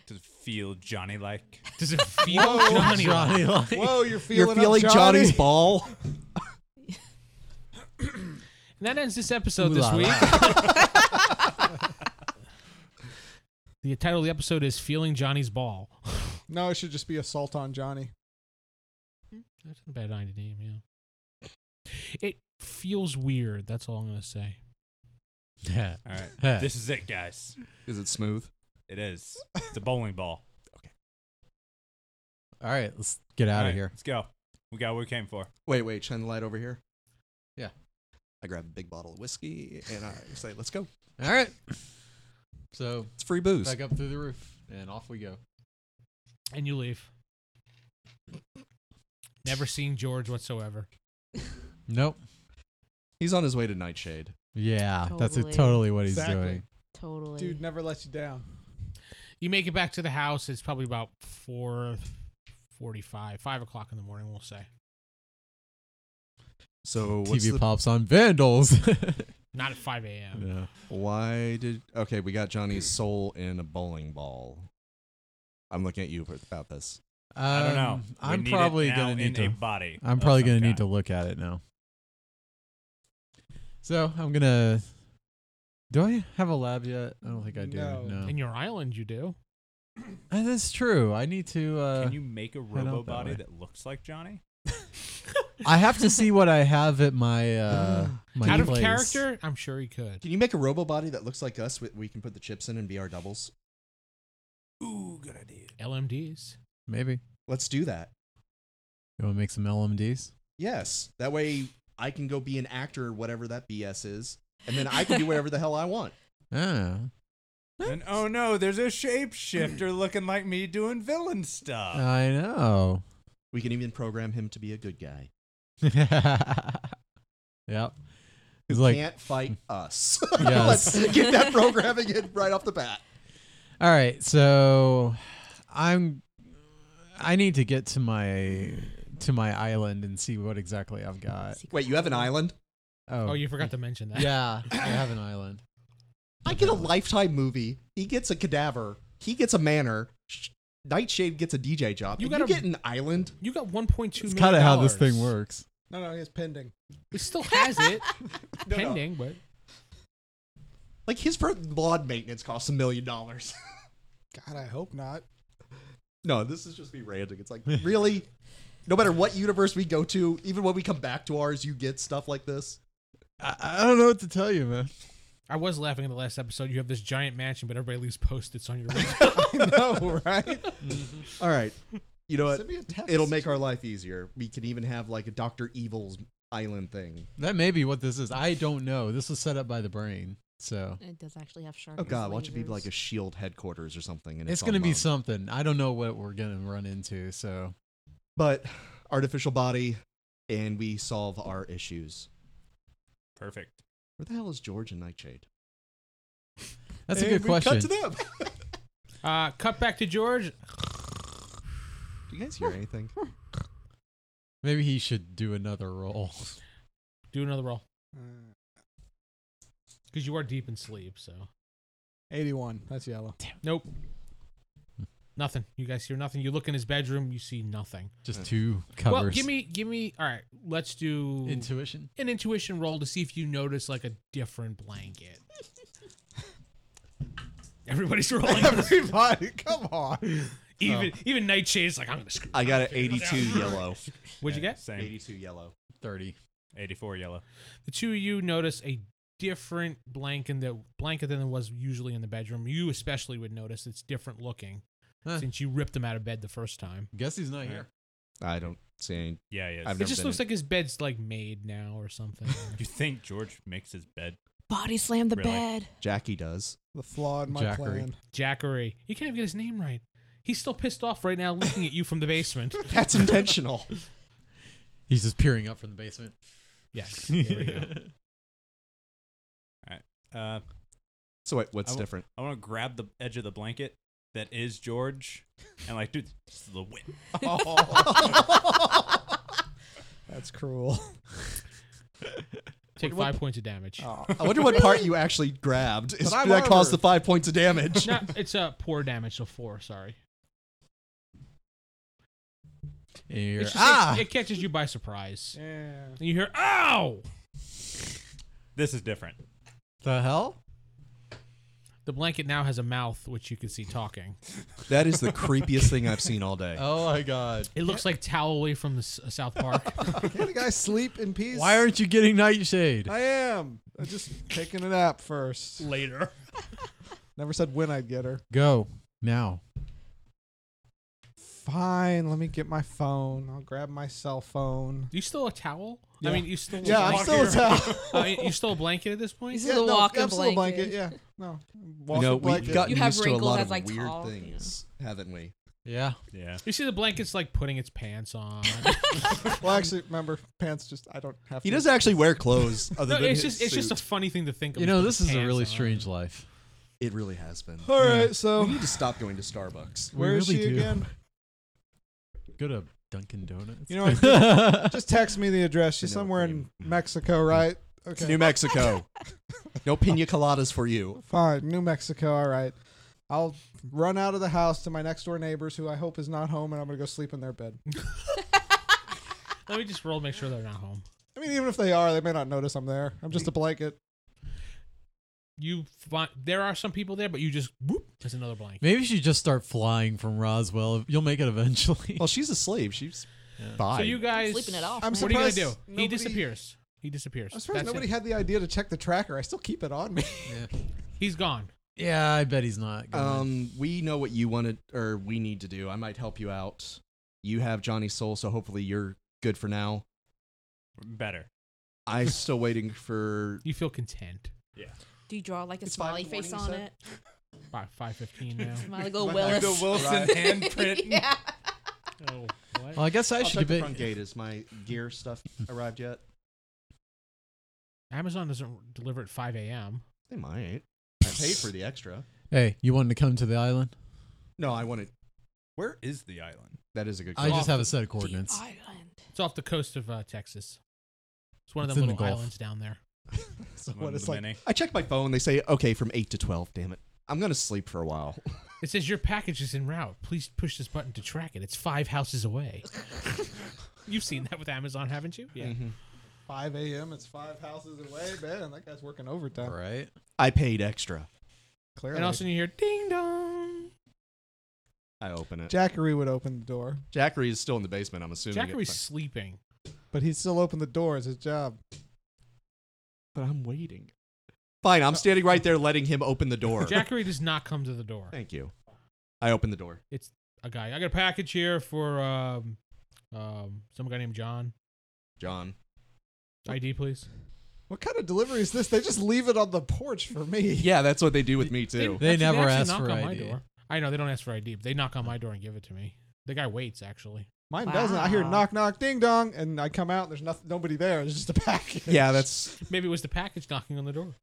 Does it feel Johnny like? Does it feel Johnny? Johnny, like- Whoa, you're You're feeling, feeling up, Johnny. Johnny's ball. And that ends this episode Ooh this la week. la. The title of the episode is Feeling Johnny's Ball. No, it should just be assault on Johnny. That's not a bad idea name, yeah. It feels weird. That's all I'm gonna say. Yeah. All right. Yeah. This is it, guys. Is it smooth? It is. It's a bowling ball. All right, let's get out All of right, here. Let's go. We got what we came for. Wait, wait, shine the light over here. Yeah. I grab a big bottle of whiskey and I say, let's go. All right. So It's free booze. back up through the roof, and off we go. And you leave. Never seeing George whatsoever. Nope. He's on his way to Nightshade. Yeah, that's Totally. it, totally what he's Exactly. doing. Totally. Dude never lets you down. You make it back to the house. It's probably about four forty-five, five o'clock in the morning. We'll say So what's TV the, pops on vandals. not at five a.m. yeah. why did okay? We got Johnny's soul in a bowling ball. I'm looking at you about this. I don't know. Um, We I'm need it probably now gonna in need a to. body. I'm of probably some gonna need to kind. look at it now. So I'm gonna. Do I have a lab yet? I don't think I do. No. No, In your island, you do. Uh, that's true. I need to. Uh, Can you make a head out robo that body way. that, looks like Johnny? I have to see what I have at my uh, my Out of place. character, I'm sure he could. Can you make a robo body that looks like us? We, we can put the chips in and be our doubles. Ooh, good idea. LMDs. Maybe Let's do that. you want to make some LMDs. Yes, that way I can go be an actor, or whatever that BS is, and then I can do whatever the hell I want. Ah. And oh no, there's a shapeshifter looking like me doing villain Uh, stuff. I know. We can even program him to be a good guy. Yep. He's who like, can't fight us. Yes. Let's get that programming in right off the bat. all right, so I'm I need to get to my to my island and see what exactly I've got. Wait, you have an island? Oh, you forgot to mention that. Yeah, I have an island. I get a lifetime movie. He gets a cadaver. He gets a manor. Sh- Nightshade gets a DJ job. You You, gotta- you get an island. You got 1.2 It's million. kind of how this dollars. thing works. No, no, it's pending. It still has it No, no. pending, but Like his per- lawn maintenance costs a million dollars. God, I hope not. No, this is just me ranting. It's like really, no matter what universe we go to, even when we come back to ours, you get stuff like this. I, I don't know what to tell you, man. I was laughing in the last episode. You have this giant mansion, but everybody leaves post-its on your wall. I know, right? Mm-hmm. All right, you know what? Send me a text. It'll make our life easier. We can even have like a Doctor Evil's island thing. That may be what this is. I don't know. This was set up by the brain, so It does actually have sharp. Oh God, why don't you be like a Shield E headquarters or something? And it's, it's, going to on be loan. something. I don't know what we're going to run into. So but artificial body, and we solve our issues. Perfect. Where the hell is George and Nightshade? that's a And good we question. Cut to them. Uh, cut back to George. Do you guys hear anything? Maybe he should do another roll. Do another roll Uh, because you are deep in sleep. So 81. That's yellow. nope, Hmm. nothing. You guys hear nothing. You look in his bedroom. You see nothing. Just two covers. Well, give me, give me. All right, let's do intuition. an intuition roll to see if you notice like a different blanket. Everybody's rolling. Everybody, come on. even even Nightshade's like I'm gonna screw. I got an 82 yellow. What'd you Yeah, get? Same. 82 yellow. Thirty. 84 yellow. The two of you notice a different blanket that blanket than there was usually in the bedroom. You especially would notice it's different looking Huh. since you ripped them out of bed the first time. Guess he's not Yeah. here. I don't see any. Yeah, yeah. I've It never just been looks in- like his bed's like made now or something. You think George makes his bed? body slam the Really? bed. Jackie does. The flaw in my Jackery. plan. Jackery. You can't even get his name right. He's still pissed off right now looking at you from the basement. That's intentional. He's just peering up from the basement. Yes. There we go. Uh, So wait, what's I w- different? I want to grab the edge of the blanket that is George and, like, dude, this is the wit. Oh. That's cruel. Take five points of damage. Oh. I wonder what part you actually grabbed. Is I'm that caused armored. the five points of damage? no, it's a uh, poor damage, so four, sorry. Here. It's just, Ah, it, it catches you by surprise. Yeah. And you hear, ow! This is different. the hell? The blanket now has a mouth, which you can see talking. That is the creepiest thing I've seen all day. Uh, Oh my god! It looks like Towley from the S- uh, South Park. Can the guy sleep in peace? Why aren't you getting Nightshade? I am. I'm just taking a nap first. Later. Never said when I'd get her. Go now. Fine, let me get my phone. I'll grab my cell phone. Do you still a towel? Yeah. I mean, you still Yeah, I'm still a towel. Uh, you still a blanket at this point? He's Yeah, a no, walking I'm still a blanket. Yeah, no. You Walking know, blanket. we've gotten You have used to a wrinkles lot as, of like, weird tall, things, haven't we? Yeah. Yeah. You see the blanket's like putting its pants on. Oh, well, actually, remember, pants just, I don't have He to. doesn't actually wear clothes. Other no, than it's his just it's just a suit. funny thing to think of. You He's know, put this his is a pants really on. strange life. It really has been. All right, We so need to stop going to Starbucks. where is really she do. again? Go to Dunkin' Donuts. You know what? Just text me the address. She's I know, somewhere in pretty- Mexico, right? Okay. New Mexico. No pina coladas for you. Fine, New Mexico. All right. I'll run out of the house to my next door neighbors, who I hope is not home, and I'm gonna go sleep in their bed. Let me just roll, to make sure they're not home. I mean, even if they are, they may not notice I'm there. I'm just a blanket. You find there are some people there, but you just whoop. There's another blanket. Maybe you should just start flying from Roswell. You'll make it eventually. Well, she's a slave. She's Yeah. fine. So you guys Sleeping it off. I'm What are you gonna surprised do? nobody- He disappears. He disappears. I'm surprised That's nobody it. had the idea to check the tracker. I still keep it on me. yeah. He's gone. Yeah, I bet he's not. gone. Um, we know what you wanted or we need to do. I might help you out. You have Johnny Soul, so hopefully you're good for now. Better. I'm still waiting for. You feel content. Do you draw like a It's five smiley in the face on morning, you it? Five five fifteen now. Smiley go Like Willis. the Wilson handprint. yeah. oh, well, what? I guess I I'll should check be. the front gate. Is my gear stuff arrived yet? Amazon doesn't deliver at 5 a.m. They might. I paid for the extra. Hey, you wanted to come to the island? No, I want it. Where is the island? That is a good. I Call. just have a set of coordinates. The island. It's off the coast of uh, Texas. It's one of It's them in the little Gulf. islands down there. So One what of it's the like? many. I checked my phone. They say okay from eight to twelve. Damn it. I'm gonna sleep for a while. It says your package is en route. Please push this button to track it. It's five houses away. You've seen that with Amazon, haven't you? Yeah. Mm-hmm. Mm-hmm. 5 a.m. It's five houses away. Man, that guy's working overtime. Right? I paid extra. Clearly, And also you hear ding dong. I open it. Jackery would open the door, Jackery is still in the basement. I'm assuming. it- Jackery's sleeping. but he still opened the door. It's his job. But I'm waiting. Fine. I'm standing right there, letting him open the door. Jackery does not come to the door. Thank you. I open the door. A guy. I got a package here for um, um, some guy named John. John. ID, please. What kind of delivery is this? They just leave it on the porch for me. Yeah, that's what they do with me too. They never actually ask knock for on my ID. door. I know they don't ask for ID, but they knock on my door and give it to me. The guy waits actually. Mine doesn't. I hear Wow. knock knock ding dong, and I come out. There's nothing, nobody there. It's just a package. Yeah, that's Maybe it was the package knocking on the door.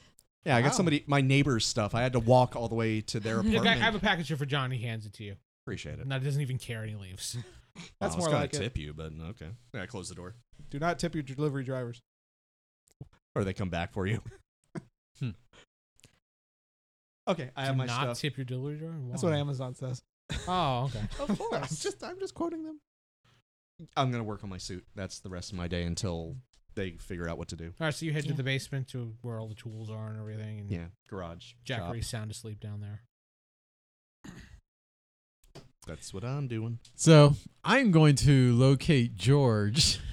yeah. I got Wow. somebody, my neighbor's stuff. I had to walk all the way to their Yeah, apartment. guy, I have a package here for John. He hands it to you. Appreciate it. No, he doesn't even care, and he leaves. That's I was more gonna like it. tip you, but okay. Yeah, I close the door, Do not tip your delivery drivers. or they come back for you. Hmm. Okay, I have Do my not stuff. tip your delivery driver. That's Why? what Amazon says. Oh, okay. Of I'm just I'm just quoting them. I'm gonna work on my suit. That's the rest of my day until they figure out what to do. All right, so you head Yeah. to the basement to where all the tools are and everything, and Yeah, garage. shop. Jackery's sound asleep down there. That's what I'm doing. So I'm going to locate George.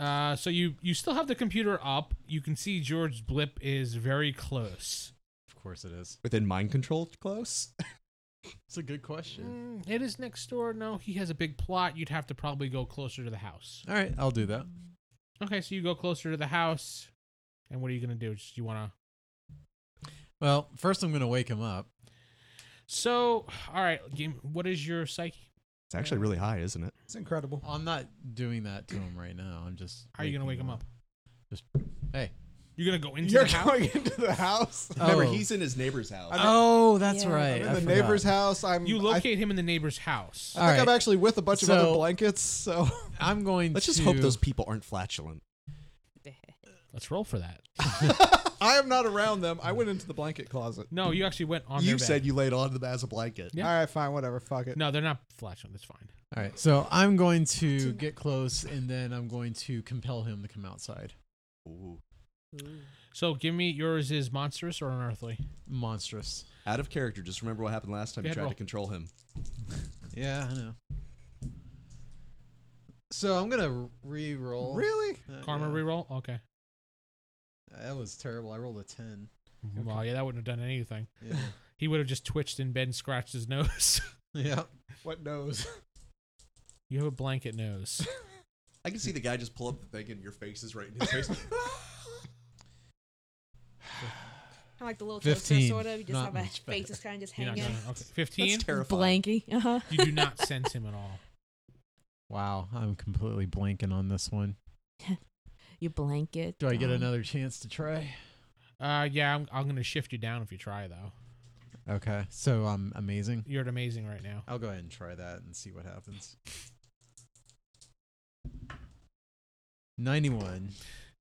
Uh, so you you still have the computer up. You can see George's blip is very close. Of course it is. Within mind control, close. It's a good question. Mm, it is next door. No, he has a big plot. You'd have to probably go closer to the house. All right, I'll do that. Okay, so you go closer to the house, and what are you gonna do? Just you wanna? Well, first I'm going to wake him up. So, all right, game. What is your psyche? It's actually really high, isn't it? It's incredible. I'm not doing that to him right now. I'm just. How are you gonna wake waking him up? Just hey. You're gonna go into You're the house. going into the house. Remember, Oh. he's in his neighbor's house. I'm- Oh, that's Yeah. right. I I'm in the forgot. neighbor's house. I'm. You I, I think locate him in the neighbor's house. All right. I'm actually with a bunch of other So- blankets. So I'm going. Let's just to- hope those people aren't flatulent. Let's roll for that. I am not around them. I went into the blanket closet. No, you actually went on. you their bed. said you laid on them as a blanket. Yeah. All right, fine, whatever. Fuck it. No, they're not flashing. That's fine. All right, so I'm going to get close, and then I'm going to compel him to come outside. Ooh. So give me yours is monstrous or unearthly. Monstrous. Out of character, just remember what happened last time you Bad tried roll. to control him. Yeah, I know. So I'm gonna re-roll. Really? Uh, Karma yeah. reroll. Okay. That was terrible. I rolled a ten. Well, yeah, that wouldn't have done anything. Yeah. He would have just twitched in bed and scratched his nose. yeah. What knows? you have a blanket nose. I can see the guy just pull up the thing and your face is right in his face. Kind of like the little 15, toaster sort of. You just not have a much better. face just kind of just You're not hanging. gonna, okay. Fifteen. That's terrifying. Blanky. Uh-huh. You do not sense him at all. Wow, I'm completely blanking on this one. You blanket. Do I get um, another chance to try? Uh, yeah, I'm, I'm gonna shift you down if you try though. Okay, so I'm amazing. You're at amazing right now. I'll go ahead and try that and see what happens. Ninety-one.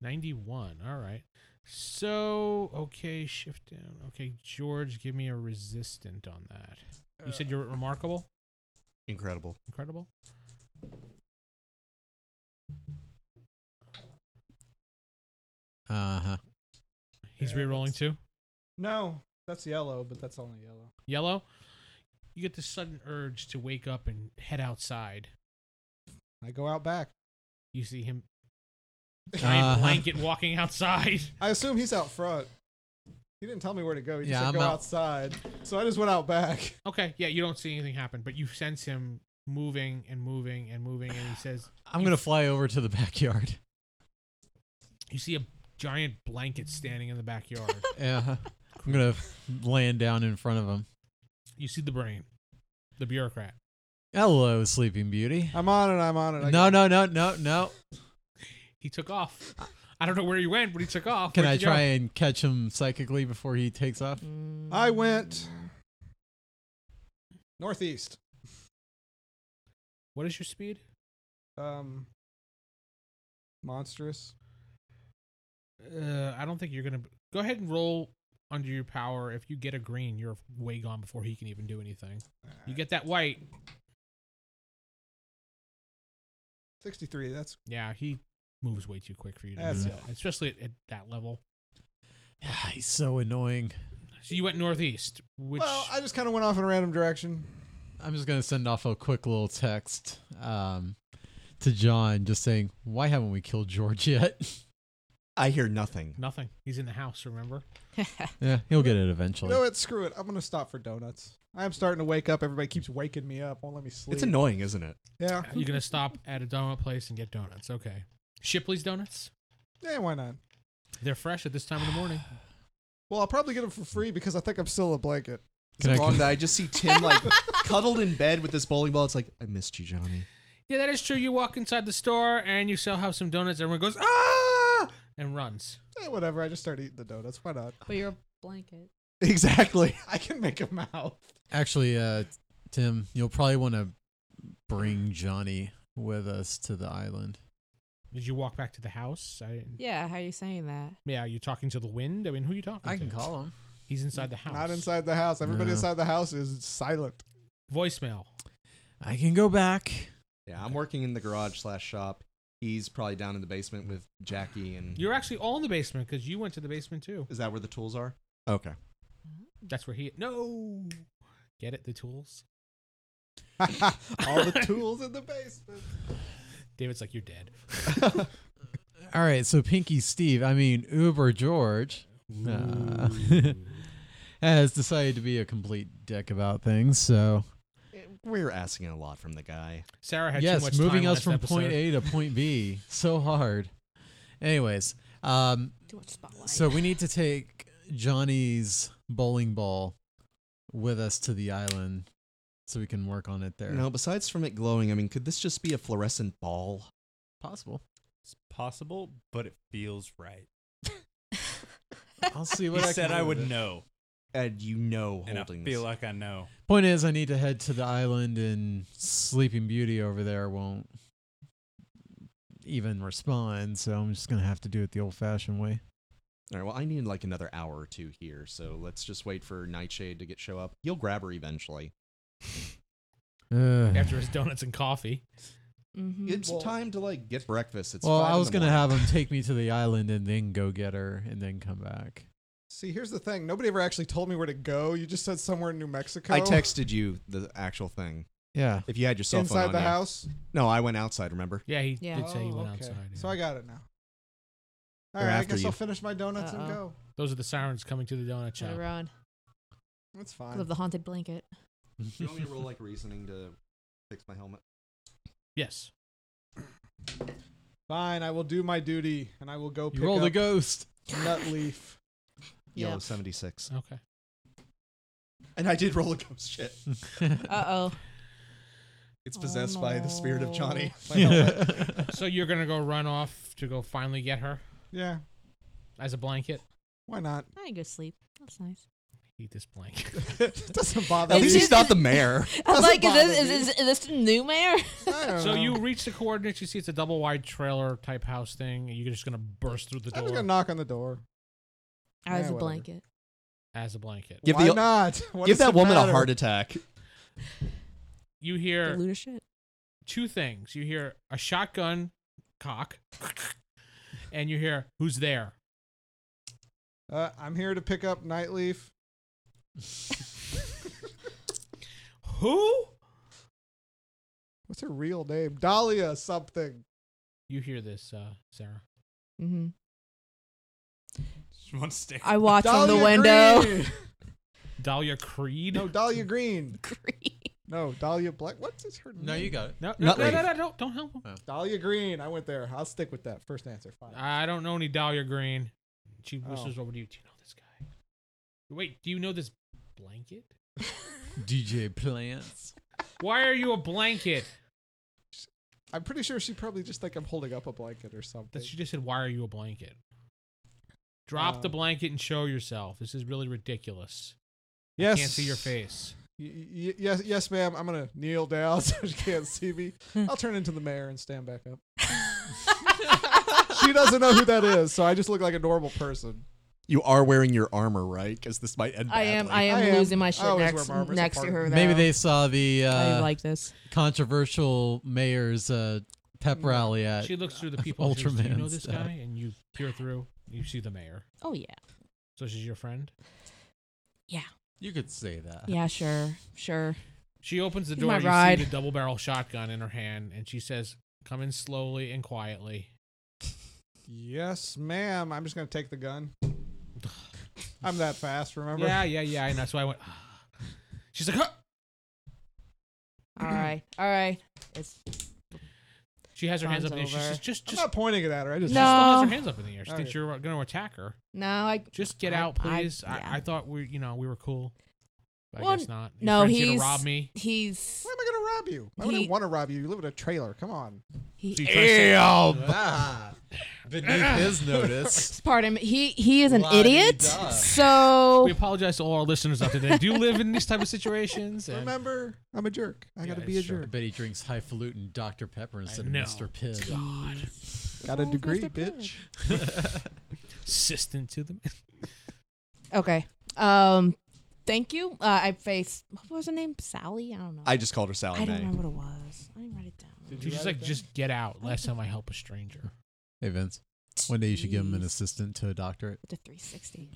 Ninety-one. All right. So okay, shift down. Okay, George, give me a resistant on that. You said you're at remarkable, Incredible. incredible. Uh huh. He's re-rolling too. No, that's yellow, but that's only yellow. Yellow. You get this sudden urge to wake up and head outside. I go out back. You see him giant Uh-huh. blanket walking outside. I assume he's out front. He didn't tell me where to go. He just Yeah, said I'm go out- outside. So I just went out back. Okay, yeah, you don't see anything happen, but you sense him moving and moving and moving, and he says, I'm gonna fly over to the backyard. "You see a giant blanket standing in the backyard. Yeah. I'm gonna land down in front of him. you see the brain, the bureaucrat. Hello, Sleeping Beauty. I'm on it. I'm on it. I No, no, no, no, no. He took off. I don't know where he went, but he took off. Can Where'd I you go? try and catch him psychically before he takes off? Mm. I went northeast. What is your speed? Um, monstrous. Uh, I don't think you're gonna go ahead and roll under your power. If you get a green, you're way gone before he can even do anything. You get that white, Sixty-three. That's yeah, he moves way too quick for you to That's do that, especially at, at that level. He's so annoying. So you went northeast, which well. I just kind of went off in a random direction. I'm just gonna send off a quick little text um, to John, just saying, "Why haven't we killed George yet?" I hear nothing. nothing. He's in the house. Remember? yeah, he'll get it You eventually. know what? Screw it. I'm gonna stop for donuts. I'm starting to wake up. Everybody keeps waking me up. Won't let me sleep. It's annoying, isn't it? yeah. You're gonna stop at a donut place and get donuts. Okay, Shipley's donuts. Yeah. Eh, Why not? They're fresh at this time of the morning. Well, I'll probably get them for free because I think I'm still a blanket. Can I- wrong that I just see Tim like cuddled in bed with this bowling ball. It's like I missed you, Johnny. Yeah, that is true. You walk inside the store and you still have some donuts. Everyone goes ah and runs. Eh, whatever. I just start eating the donuts. Why not? But you're a blanket. Exactly. I can make a mouth. Actually, uh, Tim, you'll probably want to bring Johnny with us to the island. Did you walk back to the house? I didn't. Yeah, how are you saying that? Yeah, you're talking to the wind. I mean, who are you talking to? call him. He's inside the house. Not inside the house. Everybody No. inside the house is silent. Voicemail. I can go back. Yeah, I'm working in the garage slash shop. He's probably down in the basement with Jackie and. You're actually all in the basement because you went to the basement too. Is that where the tools are? Okay. That's where he. No. Get it? The tools. All the tools in the basement. David's like, you're dead. All right, so Pinky Steve, I mean Uber George, uh, has decided to be a complete dick about things. So We're asking a lot from the guy. Sarah had too yes, much moving time us last from episode. point A to point B so hard. Anyways, um, Too much spotlight. so we need to take Johnny's bowling ball with us to the island so we can work on it there. Now, besides from it glowing, I mean, could this just be a fluorescent ball? possible. It's possible, but it feels right. I'll see He what I said can I do with would it. know, And you know, and I holding feel this. like I know. Point is, I need to head to the island, and Sleeping Beauty over there won't even respond. So I'm just gonna have to do it the old-fashioned way. All right. Well, I need like another hour or two here, so let's just wait for Nightshade to get show up. He'll grab her eventually. Ugh. After his donuts and coffee. Mm-hmm. It's time to like get breakfast. It's well, five I in was the gonna morning. have him take me to the island and then go get her and then come back. See, here's the thing. Nobody ever actually told me where to go. You just said somewhere in New Mexico. I texted you the actual thing. Yeah. If you had your cell phone inside on the you. house. No, I went outside. Remember? Yeah, he Yeah. did say he Oh, went okay. outside. yeah. So I got it now. All They're right, I after guess you. I'll finish my donuts and Uh-oh. go. Those are the sirens coming to the donut Gotta shop. run. That's 'Cause fine. of the haunted blanket. you want me to roll like reasoning to fix my helmet? Yes. Fine, I will do my duty and I will go you pick roll up the ghost. nut leaf. Yellow Yep. seventy six. Okay. And I did roll a ghost shit. Uh oh. It's Oh, possessed by the spirit of Johnny. My helmet. So you're gonna go run off to go finally get her yeah, as a blanket. why not? I can go sleep. That's nice. Eat this blanket. It doesn't bother At me. least It's he's not the mayor. I was Doesn't like, is this, bother is, me. is, is this the new mayor? I don't So know. you reach the coordinates. You see it's a double wide trailer type house thing. and You're just gonna burst through the I'm just door gonna knock on the door. I was Yeah, a whatever. blanket. as a blanket. Give why the- not? What Give does that it woman matter? a heart attack. You hear Loot of shit. two things. You hear a shotgun cock, and you hear who's there. Uh, I'm here to pick up Nightleaf. Who? What's her real name? Dahlia something. You hear this, uh, Sarah? Mm-hmm. Just one stick. I watch from Dahlia the window. Green. Dahlia Creed? no, Dahlia Green. Green. No, Dahlia Black. What is her name? no, you got it. no, no, no, Nutley. no, no, don't, don't help him. Dahlia Green. I went there. I'll stick with that first answer. Fine. I don't know any Dahlia Green. She Oh. whispers over to you. Do you know this guy? Wait, do you know this blanket? DJ Plants. Why are you a blanket? I'm pretty sure she probably just think I'm holding up a blanket or something. That she just said, "Why are you a blanket?" Drop the Um, blanket and show yourself. This is really ridiculous. yes. Can't see your face. Y- y- yes, yes, ma'am. I'm gonna kneel down so she can't see me. I'll turn into the mayor and stand back up. She doesn't know who that is, so I just look like a normal person. You are wearing your armor, right? Because this might end. I am. I am I am. losing I my shit always wear next, Marlboro's next to apartment. her. Though. Maybe they saw the I uh, like this. controversial mayor's uh, pep rally Uh, at. She looks through the people. and she goes, Do you know Ultraman's this dead." guy? And you peer through. You see the mayor. Oh yeah. So she's your friend. You could say that. Yeah. Sure. Sure. She opens the He's door. my and You ride. see the double barrel shotgun in her hand, and she says, "Come in slowly and quietly." Yes, ma'am. I'm just gonna take the gun. I'm that fast. Remember? Yeah, yeah, yeah. And that's why I went. "Ah." She's like, huh! All right. All right. It's she has her hands up. Time's In the air. She over. says, "Just, I'm just." not pointing it at her. I just She still has her No. hands up in the air. She All thinks right. you're going to attack her. no. I Just get I- out, I- please. I, yeah. I, thought we, you know, we were cool. But I Well, guess not. Your no, friend's here to he's- rob me. he's Why am I gonna rob you? Why would I He- want to rob you? You live in a trailer. Come on. he. So you try to say- Ah. Beneath his notice. Pardon me. He he is an La-di-da. idiot. So we apologize to all our listeners out there that do live in these type of situations. And Remember, I'm a jerk. I Yeah, gotta be a it's true. I jerk. bet he drinks highfalutin Dr. Pepper instead of know. Mr. Pibb. Got a Where's degree, Mr. Pibb? bitch. assistant to them. Okay. Um. Thank you. Uh, I faced. What was her name? Sally. I don't know. I just called her Sally I don't Mae. remember what it was. I didn't write it down. She's just like, just get out. Last time I help a stranger. Hey, Vince. One day you should give him an Jeez. assistant to a doctorate. With the 360.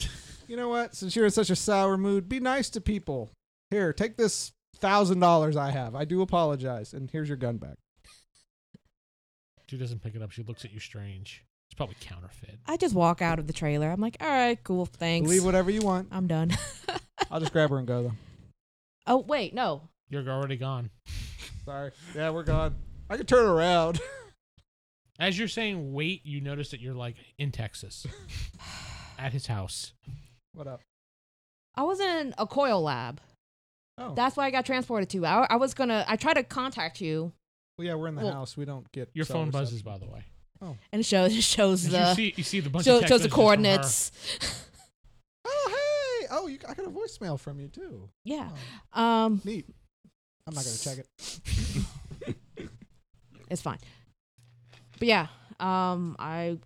You know what? Since you're in such a sour mood, be nice to people. Here, take this thousand dollars I have. I do apologize, and here's your gun back. She doesn't pick it up. She looks at you strange. It's probably counterfeit. I just walk out of the trailer. I'm like, all right, cool, thanks. Believe whatever you want. I'm done. I'll just grab her and go though. oh wait, no. You're already gone. Sorry. Yeah, we're gone. I can turn around. As you're saying wait, you notice that you're like in Texas at his house. what up? I was in a coil lab. Oh, That's why I got transported to. I, I was gonna. I tried to contact you, well, yeah, we're in the Well, house. We don't get Your cell phone buzzes, reception. by the way. and it shows it shows you the see, you see the bunch show, of text shows the messages from her. coordinates. Oh hey! Oh, you, I got a voicemail from you too. yeah. Oh, Um. neat. I'm not gonna check it. It's fine. But yeah, um, I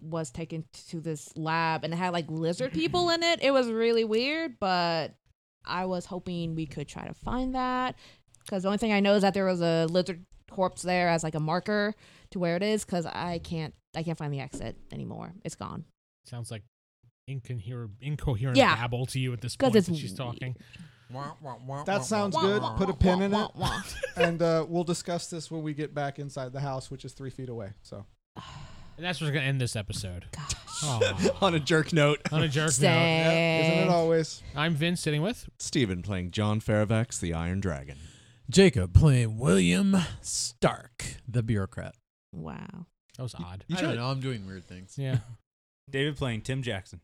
was taken to this lab and it had like lizard people in it. It was really weird, but I was hoping we could try to find that because the only thing I know is that there was a lizard corpse there as like a marker to where it is because I can't I can't find the exit anymore. It's gone. Sounds like incoherent, incoherent Yeah. babble to you at this 'Cause point it's that she's weird. talking. That sounds good. Put a pin in it, and uh, we'll discuss this when we get back inside the house, which is three feet away. So And that's what's going to end this episode. Gosh. Aw. On a jerk note, On a jerk note. Dang. isn't it always? I'm Vince sitting with. Steven playing John Faravax, the Iron Dragon. Jacob playing William Stark, the bureaucrat. Wow. That was odd. You I tried- don't know. I'm doing weird things. Yeah. David playing Tim Jackson.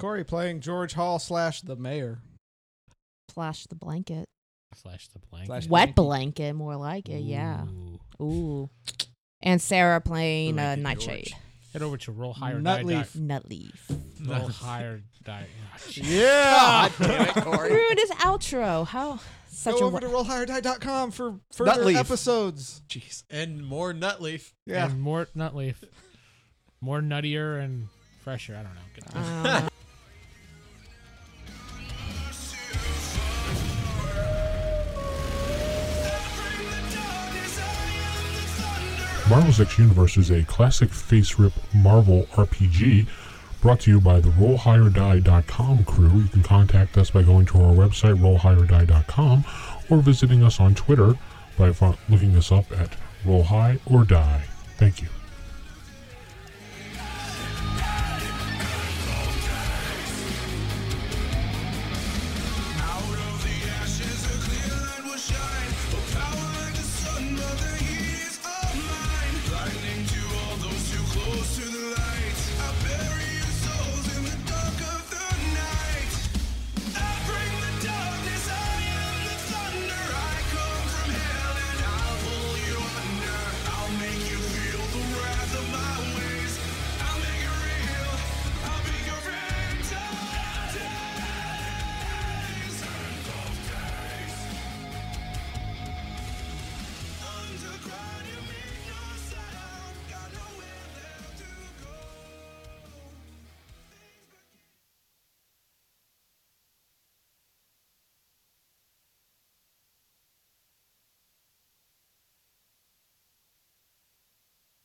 Corey playing George Hall slash the mayor. Flash the blanket. Slash the blank. Slash- Wet blanket, more like it. Yeah. Ooh. And Sarah playing uh, Blanket Nightshade. George. Head over to roll higher die. die- Nutleaf. Nutleaf. Roll higher die. Ah, jeez. Yeah. Ruined his outro. How such Go a over wa- to rollhigherdie.com for further Nutleaf. episodes. Jeez. And more Nutleaf. Yeah. And more Nutleaf. More nuttier and fresher. I don't know. Good night. I don't know. Marvel's X Universe is a classic face rip Marvel RPG brought to you by the RollHigherDie.com crew. You can contact us by going to our website, RollHigherDie.com, or visiting us on Twitter by fo- looking us up at Roll High or Die. Thank you.